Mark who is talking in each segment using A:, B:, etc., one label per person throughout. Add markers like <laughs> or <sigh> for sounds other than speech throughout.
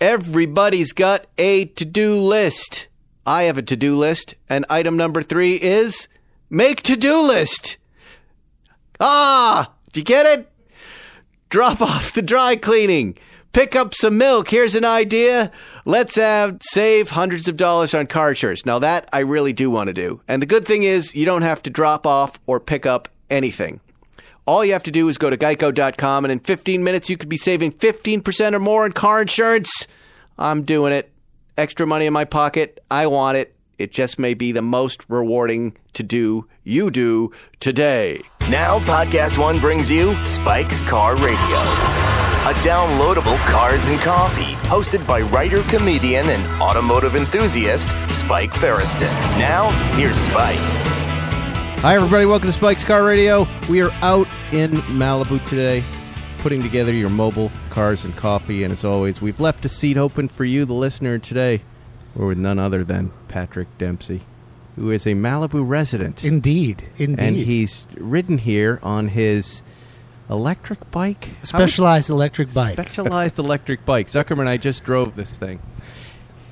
A: Everybody's got a to do list. I have a to do list, and item number three is make to do list. Ah, do you get it? Drop <laughs> off the dry cleaning. Pick up some milk. Here's an idea. Let's have, save hundreds of dollars on car insurance. Now that I really do want to do. And the good thing is you don't have to drop off or pick up anything. All you have to do is go to geico.com, and in 15 minutes, you could be saving 15% or more on car insurance. I'm doing it. Extra money in my pocket. I want it. It just may be the most rewarding to do you do today.
B: Now, Podcast One brings you Spike's Car Radio, a downloadable cars and coffee hosted by writer, comedian, and automotive enthusiast Spike Ferriston. Now, here's Spike.
A: Hi, everybody. Welcome to Spike's Car Radio. We are out in Malibu today, putting together your mobile cars and coffee. And as always, we've left a seat open for you, the listener. And today, we're with none other than Patrick Dempsey, who is a Malibu resident.
C: Indeed, indeed.
A: and he's ridden here on his electric bike. How would-
C: specialized electric bike.
A: Specialized electric bike. Zuckerman, and I just drove this thing.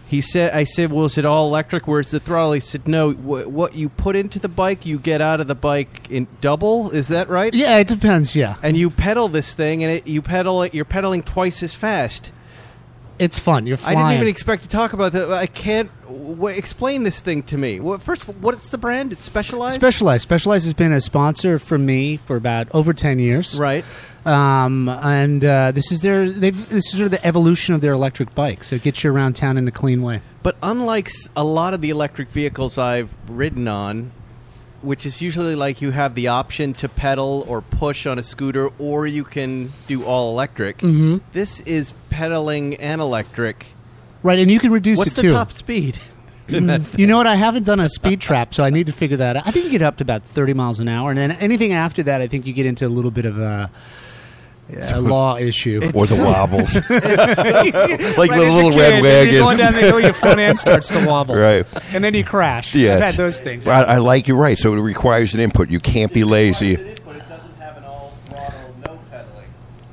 A: He said, "I said, well, is it all electric? Where's the throttle?" He said, "No. Wh- what you put into the bike, you get out of the bike in double. Is that right?
C: yeah, it depends. Yeah,
A: And you pedal this thing, and it, you pedal it. You're pedaling twice as fast.
C: it's fun. You're flying.
A: I didn't even expect to talk about that. I can't w- explain this thing to me. Well, first, of all, what's the brand? It's Specialized.
C: Specialized. Specialized has been a sponsor for me for about over ten years.
A: Right.
C: Um, and uh, this is their. They've, this is sort of the evolution of their electric bike. So it gets you around town in a clean way.
A: But unlike s- a lot of the electric vehicles I've ridden on, which is usually like you have the option to pedal or push on a scooter, or you can do all electric. Mm-hmm. This is pedaling and electric.
C: Right, and you Mm. can reduce
A: What's
C: it
A: the
C: too.
A: top speed? in that
C: You know what? I haven't done a speed trap, so I need to figure that out. I think you get up to about thirty miles an hour, and then anything after that, I think you get into a little bit of a,
A: <laughs>
C: a law issue.
D: or the
E: <laughs>
D: wobbles, like the little red wagon.
F: You're going down the hill, your front end starts to wobble.
D: Right.
F: And then you crash.
D: Yes.
F: I've had those things.
D: Right, I, like you right. So it requires an input. You can't be
A: <laughs>
D: lazy.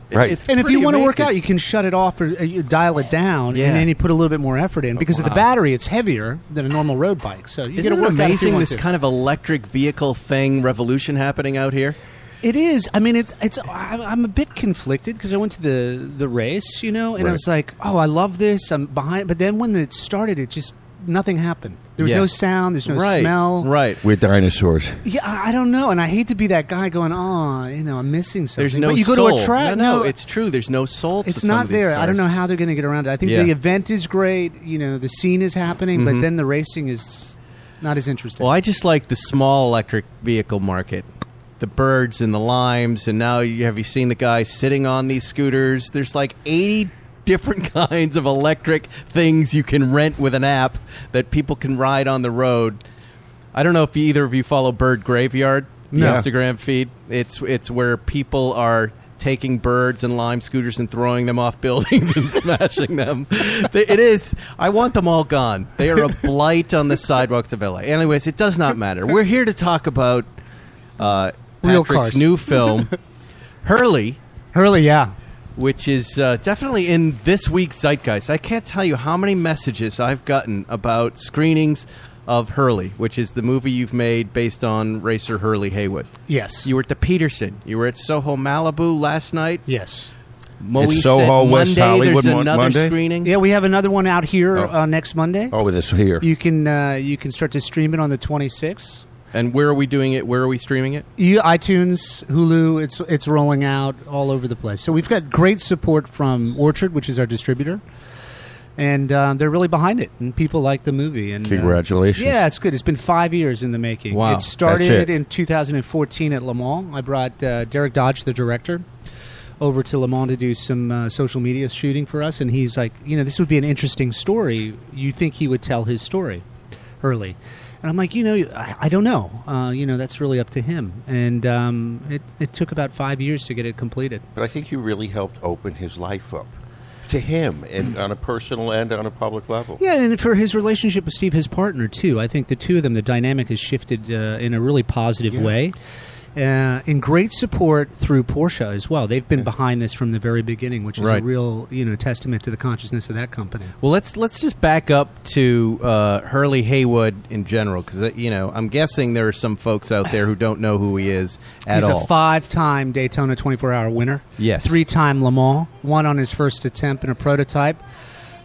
D: Right.
A: It's
C: And if you
A: pretty
C: want to work
A: amazing.
C: out, you can shut it off or uh, you dial it down,
A: Yeah.
C: and then you put a little bit more effort in because of the battery. It's heavier than a normal road bike, so you
A: Isn't
C: get to
A: it
C: work out if you
A: amazing
C: want
A: this
C: to.
A: kind of electric vehicle thing revolution happening out here?
C: It is. I mean, it's it's. I- I'm a bit conflicted because I went to the the race, you know, and I
D: Right.
C: was like, oh, I love this. I'm behind, but then when it started, it just nothing happened. There was
A: Yeah.
C: no sound. There's no
A: right.
C: smell.
A: Right.
D: We're dinosaurs.
C: Yeah, I I don't know, and I hate to be that guy going, oh, you know, I'm missing something.
A: There's no
C: But you go
A: soul.
C: to a track.
A: no, no, it's true. There's no soul. to
C: it's
A: some
C: not
A: of these
C: there. I
A: cars.
C: don't know how they're going to get around it. I think
A: Yeah. Mm-hmm.
C: the event is great. You know, the scene is happening, but then the racing is not as interesting.
A: Well, I just like the small electric vehicle market. The birds and the limes, and now you, have you seen the guy sitting on these scooters? There's like 80 different <laughs> kinds of electric things you can rent with an app that people can ride on the road. I don't know if either of you follow Bird Graveyard, the
C: No.
A: Instagram feed. It's it's where people are taking birds and lime scooters and throwing them off <laughs> buildings and smashing them. They- it is. I want them all gone. They
C: <laughs>
A: are a blight on the sidewalks of LA. Anyways, it does not matter. We're here to talk about uh,
C: Real
A: Patrick's
C: cars.
A: new
C: <laughs>
A: film, Hurley
C: Hurley, yeah.
A: which is uh, definitely in this week's zeitgeist. I can't tell you how many messages I've gotten about screenings of Hurley, which is the movie you've made based on racer Hurley Haywood.
C: Yes.
A: You were at the Peterson. You were at Soho Malibu last night.
C: yes.
A: Moe
D: It's
A: said
D: Soho, West
A: Monday,
D: Hollywood,
A: There's
D: Mon-
A: another
D: Monday?
A: screening.
C: Yeah, we have another one out here uh, next Monday.
D: Oh, with us here.
C: You can uh, you can start to stream it on the 26th.
A: And where are we doing it? Where are we streaming it?
C: You, E, iTunes, Hulu, it's it's rolling out all over the place. So we've got great support from Orchard, which is our distributor, and uh, they're really behind it, and people like the movie. And uh,
D: Congratulations.
C: yeah, it's good. It's been five years in the making.
A: Wow.
C: it started
D: That's it.
C: in 2014 at Le Mans. I brought uh, Derek Dodge, the director, over to Le Mans to do some uh, social media shooting for us, and he's like, you know, this would be an interesting story. You think he would tell his story early? And I'm like, you know, I, I don't know. Uh, you know, that's really up to him. And um, it, it took about five years to get it completed.
E: But I think you really helped open his life up to him, and on a personal and on a public level.
C: Yeah, and for his relationship with Steve, his partner too. I think the two of them, the dynamic has shifted uh, in a really positive
E: Yeah.
C: way. Uh, and great support through Porsche as well. They've been behind this from the very beginning, which is a
A: Right.
C: real you know testament to the consciousness of that company.
A: Well, let's let's just back up to uh, Hurley Haywood in general, because you know I'm guessing there are some folks out there who don't know who he is at
C: He's
A: all.
C: a five-time Daytona 24-hour winner.
A: Yes.
C: three-time Le Mans. One on his first attempt in a prototype.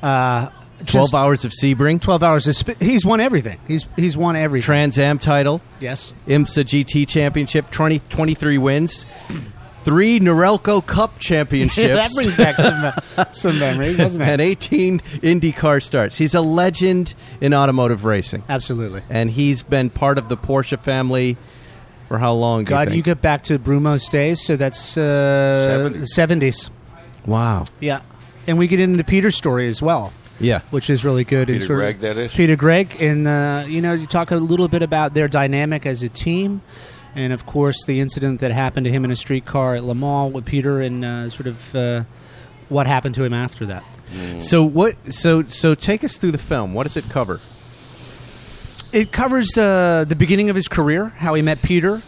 C: Uh,
A: Twelve
C: just
A: hours of Sebring,
C: Twelve hours of sp- he's won everything. He's he's won everything.
A: Trans Am title,
C: yes.
A: IMSA GT Championship, 20, 23 wins, three Norelco Cup championships.
C: <laughs>
G: that brings back some uh,
A: <laughs>
G: some memories, doesn't
A: and
G: it?
A: 18 IndyCar starts. He's a legend in automotive racing,
C: Absolutely.
A: and he's been part of the Porsche family for how long? do
C: God,
A: you,
C: you,
A: think?
C: get back to Brumo's days, so that's uh, the 70s.
A: wow,
C: Yeah. And we get into Peter's story as well,
A: yeah,
C: which is really good. and
E: Peter
C: sort
E: Gregg,
C: of,
E: that is?
C: Peter Gregg. And, uh, you know, you talk a little bit about their dynamic as a team. And, of course, the incident that happened to him in a streetcar at Le Mans with Peter and uh, sort of uh, what happened to him after that.
A: So what? So so take us through the film. What does it cover?
C: It covers uh, the beginning of his career, how he met Peter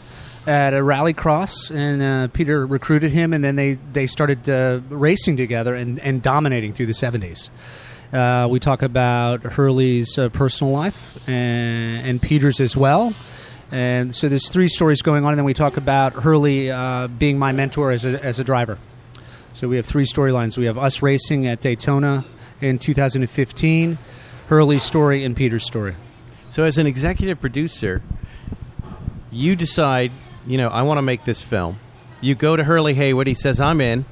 C: at a rally cross, and uh, Peter recruited him, and then they, they started uh, racing together and, and dominating through the 70s. Uh, we talk about Hurley's uh, personal life and, and Peter's as well. And so there's three stories going on, and then we talk about Hurley uh, being my mentor as a, as a driver. So we have three storylines. We have us racing at Daytona in 2015, Hurley's story, and Peter's story.
A: So as an executive producer, you decide. You know, I want to make this film. You go to Hurley Haywood. He says, "I'm in.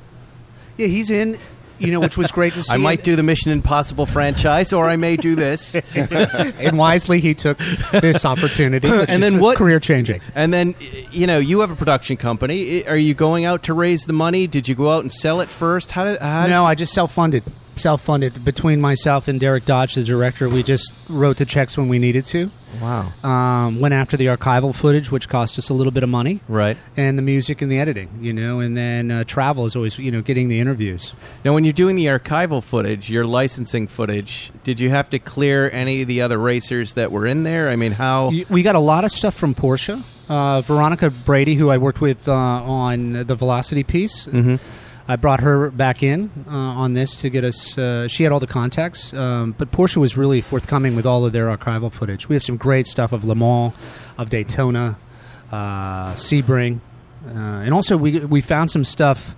C: Yeah, he's in. You know, which was <laughs> great to see.
A: I might do the Mission Impossible franchise, or I may do
C: <laughs>
A: this."
C: and wisely he took <laughs> this opportunity, which
A: And
C: is
A: then what-
C: career changing.
A: And then, y- you know, you have a production company. I- Are you going out to raise the money? Did you go out and sell it first? How did? How
C: No, I just self funded. Self funded between myself and Derek Dodge, the director. We just wrote the checks when we needed to.
A: Wow.
C: Um, went after the archival footage, which cost us a little bit of money.
A: Right.
C: And the music and the editing, you know, and then uh, travel is always, you know, getting the interviews.
A: Now, when you're doing the archival footage, your licensing footage, did you have to clear any of the other racers that were in there? I mean, how?
C: Y- We got a lot of stuff from Porsche. Uh, Veronica Brady, who I worked with uh, on the Velocity piece, I brought her back in uh, on this to get us. Uh, she had all the contacts, um, but Porsche was really forthcoming with all of their archival footage. We have some great stuff of Le Mans, of Daytona, uh, Sebring, uh, and also we we found some stuff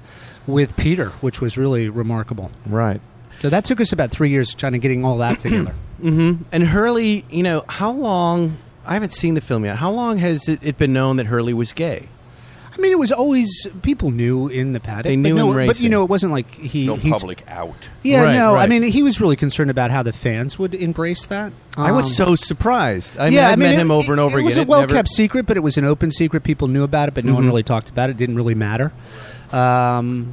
C: with Peter, which was really remarkable.
A: right.
C: So that took us about three years trying to getting all that together.
A: And Hurley, you know, how long? I haven't seen the film yet. How long has it, it been known that Hurley was gay?
C: I mean, it was always people knew in the paddock.
A: They
C: but
A: knew
C: no,
A: in
C: but you
A: racing.
C: know, it wasn't like he
E: No
C: he-
E: public out.
C: Yeah,
A: Right,
C: no. I
A: right.
C: mean, he was really concerned about how the fans would embrace that.
A: I
C: Um,
A: was so surprised. I mean,
C: yeah,
A: I,
C: I mean,
A: met
C: it-
A: him over and over
C: it,
A: again.
C: It was a
A: It
C: well
A: never- Mm-hmm.
C: kept secret, but it was an open secret. People knew about it, but no one really talked about it. It didn't really matter. Um,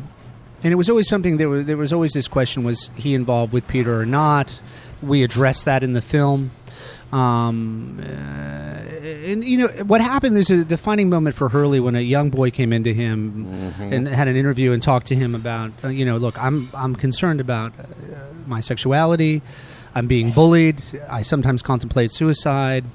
C: and it was always something. There was there was always this question: Was he involved with Peter or not? We addressed that in the film. Um, uh, and you know what happened is a defining moment for Hurley when a young boy came into him
E: Mm-hmm.
C: and had an interview and talked to him about uh, you know look I'm I'm concerned about uh, my sexuality, I'm being bullied, I sometimes contemplate suicide,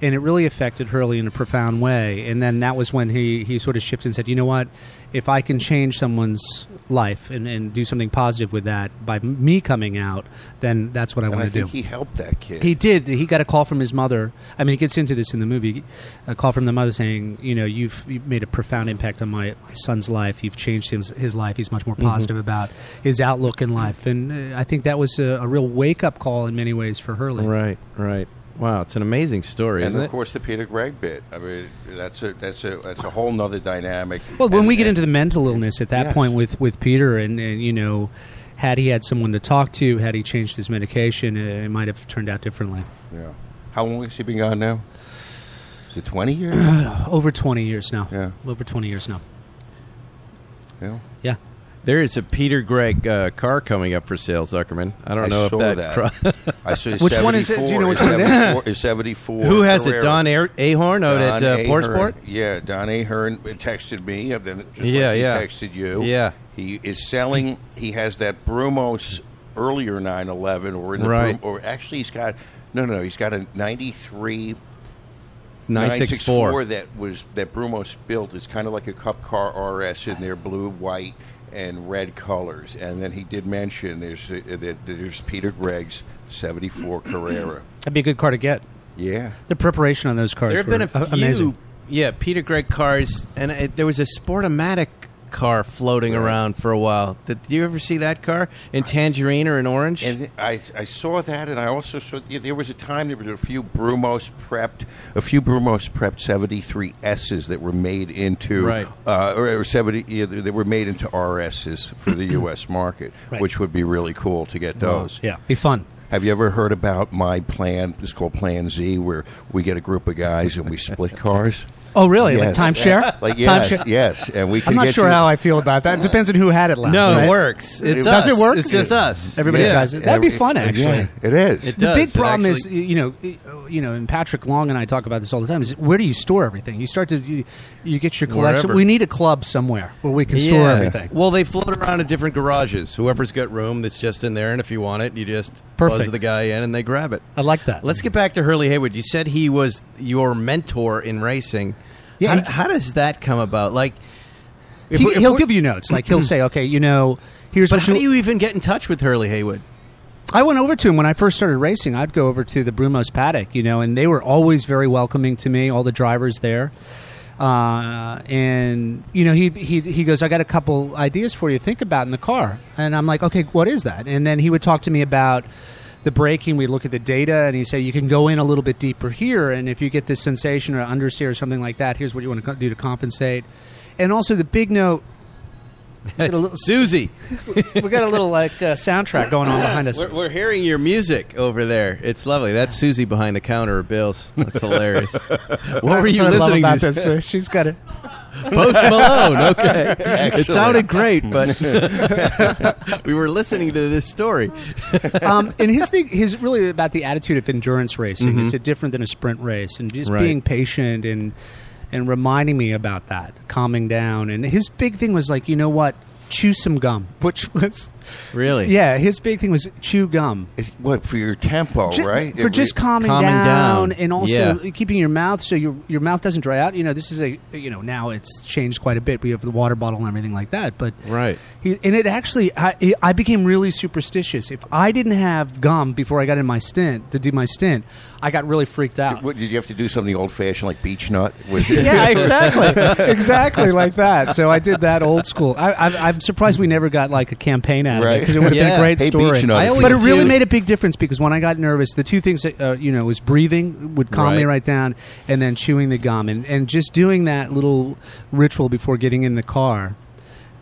C: and it really affected Hurley in a profound way. And then that was when he he sort of shifted and said, you know what, if I can change someone's life and, and do something positive with that by m- me coming out, then that's what I
E: And
C: want
E: I
C: to do.
E: think he helped that kid.
C: He did. He got a call from his mother. I mean, he gets into this in the movie. A call from the mother saying, "You know, you've, you've made a profound impact on my, my son's life. You've changed his, his life. He's much more
E: Mm-hmm.
C: positive about his outlook in life." And uh, I think that was a, a real wake up call in many ways for Hurley.
A: Right, right. Wow, it's an amazing story,
E: and
A: isn't
E: of
A: it?
E: course, the Peter Gregg bit. I mean, that's a that's a that's a whole nother dynamic.
C: Well, when
E: And-
C: we get
E: and-
C: into the mental illness at that
E: Yes.
C: point with, with Peter, and, and you know, had he had someone to talk to, had he changed his medication, uh, it might have turned out differently.
E: Yeah. How long has he been gone now? Is it 20 years?
C: <clears throat> Over twenty years now.
E: Yeah.
C: Over twenty years now.
E: yeah.
C: Yeah.
A: There is a Peter Gregg uh, car coming up for sale, Zuckerman. I don't
E: I
A: know
E: saw
A: if
E: that.
A: that. <laughs>
E: <laughs> I saw Which one is it? Do you know 74. which one it is? 74 is 74
A: Who has it?
E: Carrera.
A: Don Air- Ahorn out at
E: Don
A: uh,
E: Ahern.
A: Portsport.
E: Yeah, Don Ahern texted me, and then just
A: Yeah,
E: like he
A: yeah.
E: texted you.
A: Yeah.
E: he is selling. He has that Brumos earlier 911, or in the
A: Right.
E: Brum- or actually he's got no, no, he's got a 93.
A: 964.
E: 964 that was that Brumos built is kind of like a cup car RS in their blue, white, and red colors. And then he did mention there's uh, that there's Peter Gregg's 74 Carrera.
C: That'd be a good car to get.
E: Yeah.
C: The preparation on those cars
A: There have been a
C: were
A: few,
C: a- amazing.
A: yeah, Peter Gregg cars, and it, there was a Sportomatic car floating around for a while. Did, you ever see that car in tangerine or in orange?
E: And I, I saw that, and I also saw yeah, there was a time there was a few Brumos prepped, a few Brumos prepped seventy three S's that were made into
A: Right.
E: uh, or, or seventy yeah, that that were made into RSs for the U.S. market,
C: Right.
E: which would be really cool to get those.
C: Yeah, be fun.
E: Have you ever heard about my plan? It's called Plan Z, where we get a group of guys and we split cars.
C: Oh, really? <laughs> Like
E: Yes.
C: timeshare?
E: <laughs> Like yes,
C: Timeshare?
E: yes, and we. Can
C: I'm not
E: get
C: sure
E: you-
C: how I feel about that. It depends on who had it last.
A: no,
C: right?
A: it works. It's us.
C: Does it work?
A: It's just us.
C: Everybody
A: yeah.
C: tries it. That'd be fun, actually.
E: Yeah, it is.
A: It
C: The
A: does.
C: big
A: It
C: problem is,
A: actually-
C: you know, uh, you know, and Patrick Long and I talk about this all the time. Is where do you store everything? You start to you, you get your collection.
A: Wherever.
C: We need a club somewhere where we can store
A: Yeah.
C: everything.
A: Well, they float around in different garages. Whoever's got room that's just in there, and if you want it, you just
C: Perfect.
A: buzz the guy in and they grab it.
C: I like that.
A: Let's get back to Hurley Haywood. You said he was your mentor in racing.
C: Yeah,
A: how,
C: he-
A: how does that come about? Like, if
C: he,
A: we- if
C: he'll
A: we're-
C: give you notes. Like he'll say, okay, you know, here's
A: Mm-hmm. But
C: what
A: how do you even get in touch with Hurley Haywood?
C: I went over to him when I first started racing. I'd go over to the Brumos paddock, you know, and they were always very welcoming to me. All the drivers there, uh, and you know, he he he goes, "I got a couple ideas for you to think about in the car," and I'm like, "Okay, what is that?" And then he would talk to me about the braking. We'd look at the data, and he'd say, "You can go in a little bit deeper here, and if you get this sensation or understeer or something like that, here's what you want to do to compensate." And also the big note. Get a little-
A: <laughs> Susie,
C: we got a little like uh, soundtrack going on behind us.
A: we're, we're hearing your music over there. It's lovely. That's Susie behind the counter of Bill's. That's hilarious. <laughs> what were you
C: That's what
A: listening
C: I love about
A: to?
C: this fish. She's got it.
A: <laughs> Post <laughs> Malone. Okay, it sounded great, but <laughs> we were listening to this story.
C: Um, and his thing is really about the attitude of endurance racing. It's a different than a sprint race, and just
A: Right.
C: being patient and and reminding me about that, calming down. And his big thing was like, you know what? Chew some gum, which was
A: Really?
C: yeah. His big thing was chew gum.
E: It's- what for your tempo,
C: Ju-
E: right?
C: For
E: It
C: just
E: re-
C: calming,
A: Calming
C: down,
A: down.
C: and also
A: Yeah.
C: keeping your mouth so your your mouth doesn't dry out. You know, this is a you know now it's changed quite a bit. We have the water bottle and everything like that, but
A: Right.
C: He, and it actually, I, it- I became really superstitious. If I didn't have gum before I got in my stint to do my stint, I got really freaked out.
E: What, did you have to do something old fashioned like beach nut? <laughs> With
C: <laughs> yeah, exactly, exactly like that. So I did that old school. I, I, I'm surprised we never got like a campaign out of it
E: Right.
C: because it would have been
A: Yeah.
C: a great
E: Hey,
C: story.
E: Beach Nut,
A: I if you-
C: but it
A: always
C: really
A: do-
C: made a big difference because when I got nervous, the two things that uh, you know was breathing would calm me
A: Right.
C: right down, and then chewing the gum, and, and just doing that little ritual before getting in the car.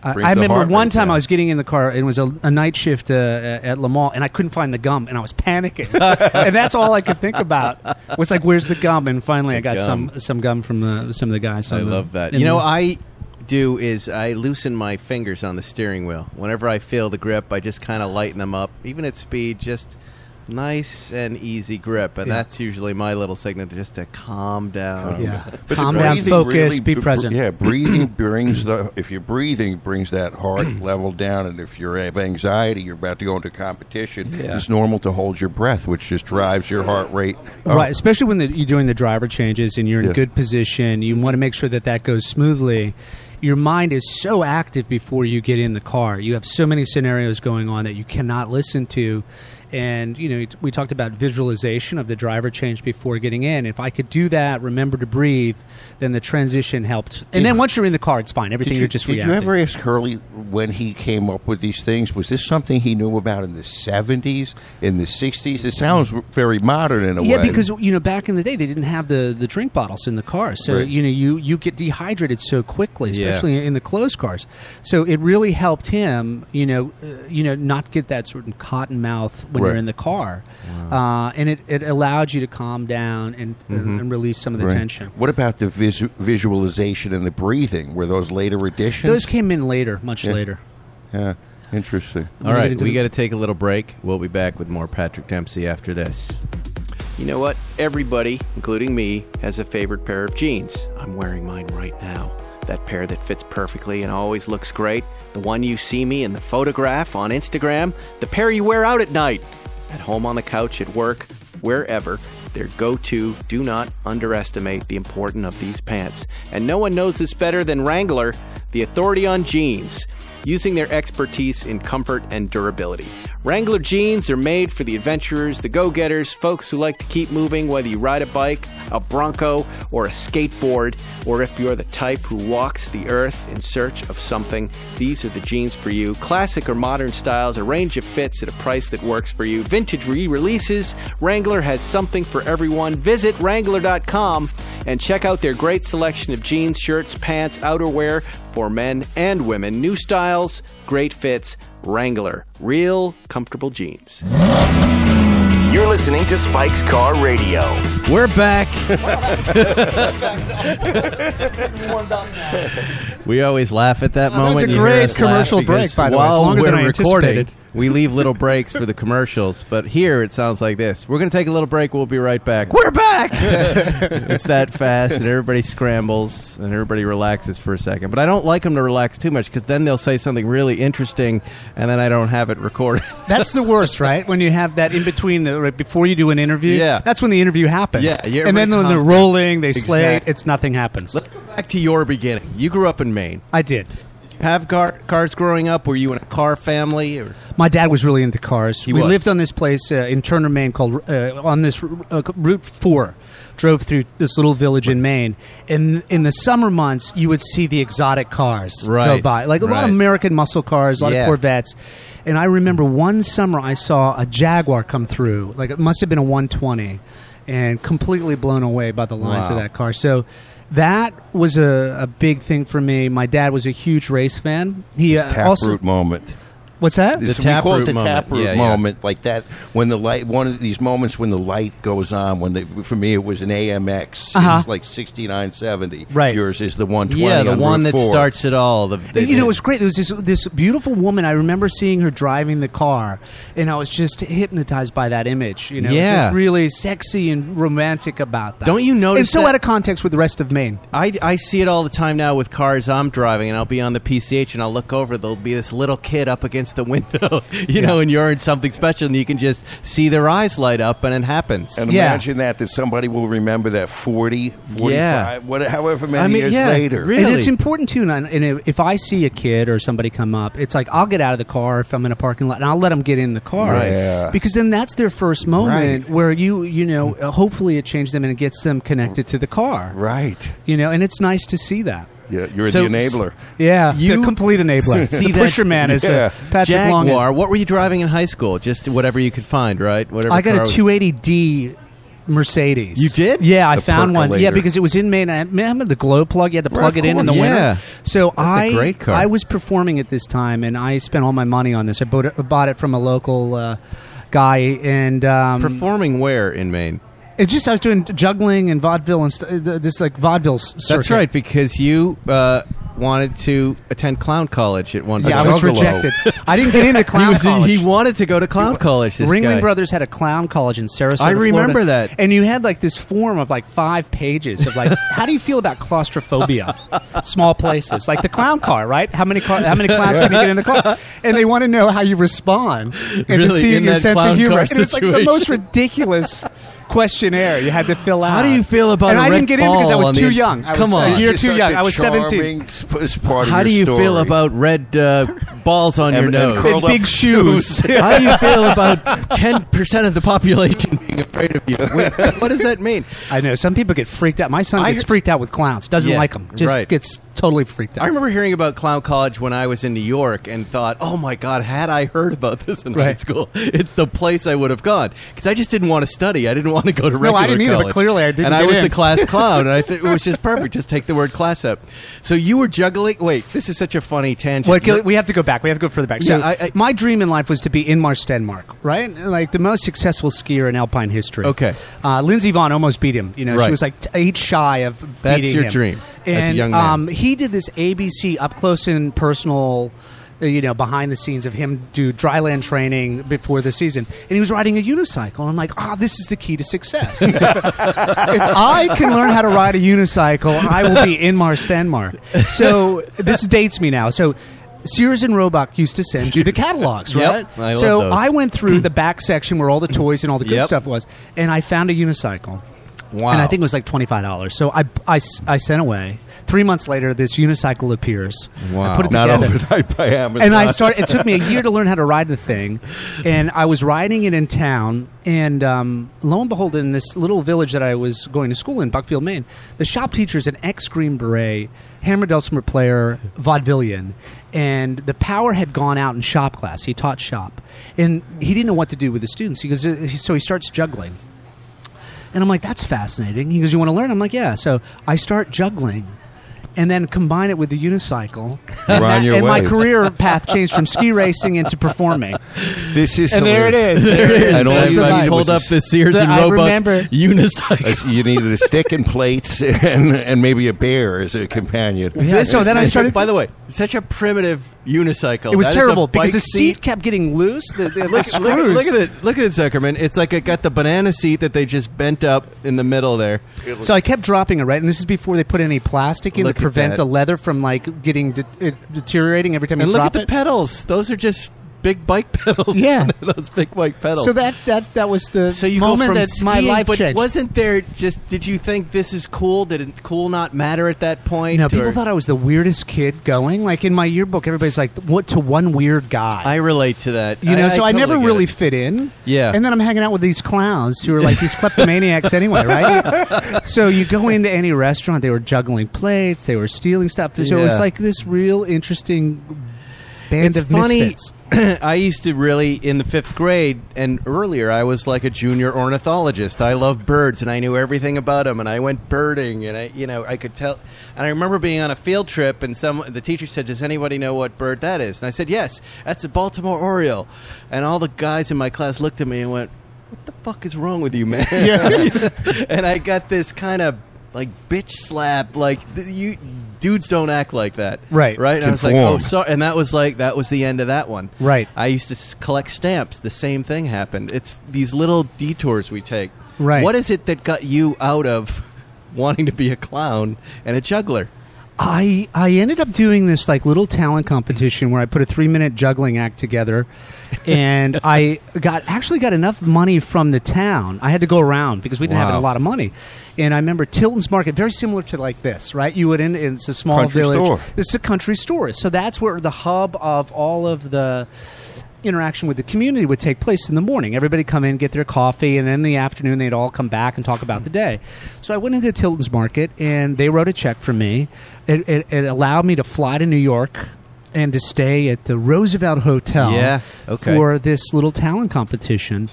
C: Uh,
E: Brings
C: I
E: the
C: remember
E: heart
C: one
E: rate
C: time I
E: down.
C: was getting in the car and it was a, a night shift uh, at Le Mans and I couldn't find the gum and I
A: <laughs>
C: was panicking and that's all I could think about was like where's the gum and finally I got
A: gum.
C: some some gum from the, some of the guys.
A: I
C: on the-
A: love that.
C: in
A: You know,
C: the-
A: I do is I loosen my fingers on the steering wheel. Whenever I feel the grip, I just kind of lighten them up, even at speed, just nice and easy grip. And
C: Yeah.
A: that's usually my little signal to just to calm down.
C: yeah.
E: But
C: Calm
E: the
C: down,
E: breathing
C: focus,
E: really-
C: be
E: br-
C: present. <clears throat>
E: Yeah, breathing brings the. If you're breathing, brings that heart <clears throat> level down, and if you have anxiety, you're about to go into competition. It's normal to hold your breath, which just drives your heart rate. up.
C: Right, especially when the, you're doing the driver changes and you're in
E: Yeah.
C: good position, you want to make sure that that goes smoothly. Your mind is so active before you get in the car. You have so many scenarios going on that you cannot listen to. And, you know, we talked about visualization of the driver change before getting in. If I could do that, remember to breathe, then the transition helped. And then once you're in the car, it's fine. Everything
E: Did,
C: you,
E: you,
C: are just
E: did
C: reacting.
E: you ever ask Hurley when he came up with these things? Was this something he knew about in the 70s, in the 60s? It sounds very modern in a
C: yeah,
E: way.
C: because you know back in the day they didn't have the, the drink bottles in the cars, so
E: Right.
C: you know you you get dehydrated so quickly,
A: Yeah.
C: especially in the closed cars. So it really helped him, you know, uh, you know, not get that certain cotton mouth when you're
E: Right.
C: in the car, uh, and it, it allowed you to calm down and uh,
H: Mm-hmm.
C: and release some of the
E: Right.
C: tension.
E: What about the visu- visualization and the breathing? Were those later additions?
H: <laughs>
C: Those came in later, much later.
E: Yeah, interesting.
H: All right, we got to take a little break. We'll be back with more Patrick Dempsey after this.
A: You know what? Everybody, including me, has a favorite pair of jeans. I'm wearing mine right now. That pair that fits perfectly and always looks great. The one you see me in the photograph on Instagram. The pair you wear out at night. At home, on the couch, at work, wherever. Their go to. Do not underestimate the importance of these pants. And no one knows this better than Wrangler, the authority on jeans using their expertise in comfort and durability. Wrangler jeans are made for the adventurers, the go getters, folks who like to keep moving, whether you ride a bike, a bronco, or a skateboard, or if you're the type who walks the earth in search of something, these are the jeans for you. Classic or modern styles, a range of fits at a price that works for you. Vintage re releases, Wrangler has something for everyone. Visit wrangler.com and check out their great selection of jeans, shirts, pants, outerwear for men and women. New styles, great fits, Wrangler. Real comfortable jeans.
B: You're listening to Spike's Car Radio.
H: We're back. we always laugh at that
F: Well, that was
H: moment.
F: Oh, a
H: You hear
F: great
H: us laugh
F: commercial
H: because
F: break, by the way. It's
H: while
F: longer
H: we're
F: than I
H: recording,
F: anticipated.
H: we leave little breaks for the commercials. But here it sounds like this: We're going to take a little break. We'll be right back. We're back. <laughs> it's that fast, and everybody scrambles and everybody relaxes for a second. But I don't like them to relax too much because then they'll say something really interesting, and then I don't have it recorded. <laughs>
C: That's the worst, right? When you have that in between the right before you do an interview.
H: Yeah.
C: That's when the interview happens.
H: Yeah, yeah,
C: and then
H: everybody
C: when they're
H: comes-
C: rolling, they slay.
H: Exactly.
C: It's nothing happens.
H: Let's go back to your beginning. You grew up in Maine.
C: I did.
H: Have car- cars growing up? Were you in a car family? Or?
C: My dad was really into cars. we
H: was.
C: lived on this place uh, in Turner, Maine, called uh, on this r- uh, Route Four. Drove through this little village in Maine, and in the summer months, you would see the exotic cars go
H: Right.
C: by, like a lot of
H: Right.
C: American muscle cars, a lot
H: Yeah.
C: of Corvettes. And I remember one summer I saw a Jaguar come through, like it must have been a 120, and completely blown away by the lines of
H: Wow.
C: that car. So. That was a, a big thing for me. My dad was a huge race fan. He uh,
E: taproot
C: also
E: moment.
C: what's that?
E: This- we
H: taproot
E: call it the
H: moment.
E: taproot
H: Yeah, yeah.
E: moment, like that when the light. One of these moments when the light goes on. When the, for me it was an AMX.
C: Uh-huh.
E: It's like sixty nine seventy.
C: Right.
E: Yours is the one twenty.
H: Yeah, the
E: on
H: one
E: Route
H: that
E: four.
H: starts it all. The, the-
C: And, you know, it was great. There was this this beautiful woman. I remember seeing her driving the car, and I was just hypnotized by that image. You know,
H: Yeah.
C: just really sexy and romantic about that.
H: Don't you notice
C: And so
H: that-
C: out of context with the rest of Maine.
H: I, I see it all the time now with cars I'm driving, and I'll be on the PCH, and I'll look over. There'll be this little kid up against the <laughs> window, you know, and you're in something special, and you can just see their eyes light up, and it happens.
E: And
C: Yeah.
E: imagine that that somebody will remember that 40, 45,
H: Yeah.
E: what, however many
H: I mean,
E: years
H: yeah,
E: later.
H: really.
C: And it's important too. And, I- and if I see a kid or somebody come up, it's like I'll get out of the car if I'm in a parking lot, and I'll let them get in the car,
E: Right. Yeah.
C: because then that's their first moment
E: Right.
C: where you you know uh, hopefully it changed them and it gets them connected to the car,
E: Right.
C: you know, and it's nice to see that.
E: Yeah, you're
H: So-
E: the enabler.
C: Yeah,
H: You-
C: the complete enabler.
H: <laughs> See
C: the
H: that-
C: pusher man is
E: Yeah.
C: uh, Patrick Long. is-
H: Jaguar. What were you driving in high school? Just whatever you could find, right? Whatever.
C: I got
H: car
C: a
H: was-
C: 280D Mercedes.
H: You did?
C: Yeah, I
E: The
C: found one. Yeah,
E: percolator.
C: because it was in Maine. I remember the glow plug. You had to plug it in in the
H: course. Yeah.
C: winter. So I,
H: a great car.
C: I was performing at this time, and I spent all my money on this. I bought it, bought it from a local uh, guy, and um,
H: Performing where in Maine?
C: it's just I was doing juggling and vaudeville and st- uh, this like vaudeville. s- Circuit.
H: That's right, because you uh, wanted to attend clown college at one point.
C: Yeah, I was
H: <laughs>
C: rejected. I didn't get into
H: He,
C: clown
H: was-
C: college.
H: he wanted to go to clown college. This
C: Ringling
H: guy.
C: Brothers had a clown college in Sarasota.
H: I remember
C: Florida.
H: that.
C: And you had like this form of like five pages of like, <laughs> how do you feel about
H: <laughs>
C: claustrophobia? Small places, like the clown car, right? How many car, how many clowns can you get in the
H: <laughs>
C: car? And they want to know how you respond and to
H: Really,
C: see
H: in
C: your
H: that
C: sense
H: clown
C: of humor.
H: car
C: And it was like the
H: situation.
C: most ridiculous questionnaire you had to fill out.
H: How do you feel about
C: And
H: a
C: I
H: wreck
C: didn't get in because I
H: ball
C: was
H: on
C: too
H: the-
C: young. I
H: Come
C: was,
H: on.
C: a year
E: It's
C: too
E: such
C: young.
E: a
C: I was seventeen.
E: charming sp- s- part of
H: How
E: your
H: do you feel
E: story.
H: about red uh, <laughs> balls on your
E: and
H: nose?
E: curled
C: With
H: <laughs>
C: big shoes. <laughs>
H: How do you feel about ten percent of the population being afraid of you? Wait, what does that mean?
C: I know some people get freaked out. My son
H: I
C: gets
H: heard-
C: freaked out with clowns. Doesn't
H: Yeah,
C: 'em. like them. Just
H: right.
C: gets totally freaked out.
H: I remember hearing about clown college when I was in New York and thought, "Oh my God, had I heard about this in high
C: Right.
H: school, it's the place I would have gone." Because I just didn't want to study. I didn't want to go to regular
C: No, I didn't either, but
H: college.
C: clearly I didn't
H: And I
C: get
H: was
C: in.
H: the class clown, and I th- it was just perfect. Just take the word class out. So you were juggling. Wait, this is such a funny tangent.
C: Well, Gil- we have to go back. We have to go further back. So,
H: Yeah, I- I-
C: my dream in life was to be Inmar Stenmark, right? Like the most successful skier in alpine history.
H: Okay.
C: Uh, Lindsey Vaughn almost beat him. You know,
H: Right.
C: she was like t- eight shy of
H: That's
C: beating
H: your
C: him.
H: dream as a
C: And
H: young man.
C: Um, he did this ABC up close and personal uh, you know, behind the scenes of him do dryland training before the season, and he was riding a unicycle. I'm like, ah, this is the key to
H: <laughs>
C: success. He said, if I can learn how to ride a unicycle, I will be Inmar Stenmark. So this dates me now. So Sears and Roebuck used to send you the catalogs,
H: <laughs> Yep,
C: right?
H: I love
C: so
H: those.
C: I went through
H: <clears throat>
C: the back section where all the toys and all the good
H: Yep.
C: stuff was, and I found a unicycle.
H: Wow.
C: And I think <laughs> it was like twenty five dollars. So I, I s- I sent away. Three months later, this unicycle appears.
H: Wow.
C: I put it
E: Not
C: together. <laughs>
E: overnight by Amazon.
C: And I started. It took me a year to learn how to ride the thing, and I was riding it in town. And um, lo and behold, in this little village that I was going to school in, Buckfield, Maine, the shop teacher is an ex Green Beret, hammered dulcimer player, vaudevillian, and the power had gone out in shop class. He taught shop, and he didn't know what to do with the students. He goes, so he starts juggling. And I'm like, that's fascinating. He goes, You want to learn? I'm like, Yeah. So I start juggling and then combine it with the unicycle. And,
E: on your
C: and my
E: way.
C: career path changed from ski racing into performing.
E: This
F: <laughs>
E: is
F: And there it is.
E: hilarious.
F: There it is.
E: And all
F: That's
E: you
F: the
E: needed
F: vibe.
E: was
H: pulled up
E: this-
H: the Sears
F: The-
H: and
F: I
H: Roebuck
F: remember.
C: <laughs>
E: Uh,
H: <laughs> unicycle.
E: so you needed a stick and plates <laughs> and, and maybe a bear as a companion.
C: so then I started-
H: <laughs> By the way, such a primitive unicycle.
C: It was
H: That is a
C: terrible because
H: bike
C: the seat, kept getting loose. The, the, the
H: Look, look,
C: screws.
H: look at it! Look at it, Zuckerman. It's like it got the banana seat that they just bent up in the middle there.
C: So I kept dropping it, right? And this is before they put any plastic in
H: Look
C: to
H: at
C: prevent
H: that.
C: the leather from like getting de- it deteriorating every time
H: And
C: you
H: look
C: drop
H: at the
C: it.
H: pedals; those are just big bike <laughs> pedals.
C: Yeah.
H: those big bike pedals.
C: so that, that that was the
H: So you
C: moment
H: go from
C: that my
H: skiing,
C: life
H: but
C: changed.
H: wasn't there just? Did you think this is cool? Did it, cool not matter at that point?
C: you know,
H: or-
C: people thought I was the weirdest kid going. Like in my yearbook, everybody's like, "What to one weird guy?"
H: I relate to that.
C: You know, so I,
H: totally
C: never
H: get
C: really
H: it.
C: fit in.
H: Yeah.
C: And then I'm hanging out with these clowns who are like
H: <laughs>
C: these kleptomaniacs anyway, right? so you go into any restaurant, they were juggling plates, they were stealing stuff. So it
H: Yeah.
C: was like this real interesting band
H: it's
C: of
H: funny.
C: misfits.
H: <clears throat> I used to really in the fifth grade and earlier. I was like a junior ornithologist. I loved birds and I knew everything about them. And I went birding and I, you know, I could tell. And I remember being on a field trip and some the teacher said, "Does anybody know what bird that is?" And I said, "Yes, that's a Baltimore Oriole." And all the guys in my class looked at me and went, "What the fuck is wrong with you, <laughs> man?" and I got this kind of like bitch slap. Like th- you dudes don't act like that,
C: Right.
H: Right. And I was like, "Oh,
E: Conform.
H: sorry." And that was like that was the end of that one,
C: Right.
H: I used to s- collect stamps. The same thing happened. It's these little detours we take.
C: Right.
H: What is it that got you out of wanting to be a clown and a juggler?
C: I I ended up doing this like little talent competition where I put a three minute juggling act together,
E: <laughs>
C: and I got actually got enough money from the town. I had to go around because we didn't have
H: Wow.
C: a lot of money, and I remember Tilton's Market, very similar to like this, right? You would in it's a small
E: Country
C: village.
E: store.
C: This is a country store, so that's where the hub of all of the interaction with the community would take place in the morning. Everybody come in, get their coffee, and in the afternoon they'd all come back and talk about the day. So I went into Tilton's Market, and they wrote a check for me. It, it, it allowed me to fly to New York and to stay at the Roosevelt Hotel
H: Yeah, okay.
C: for this little talent competition.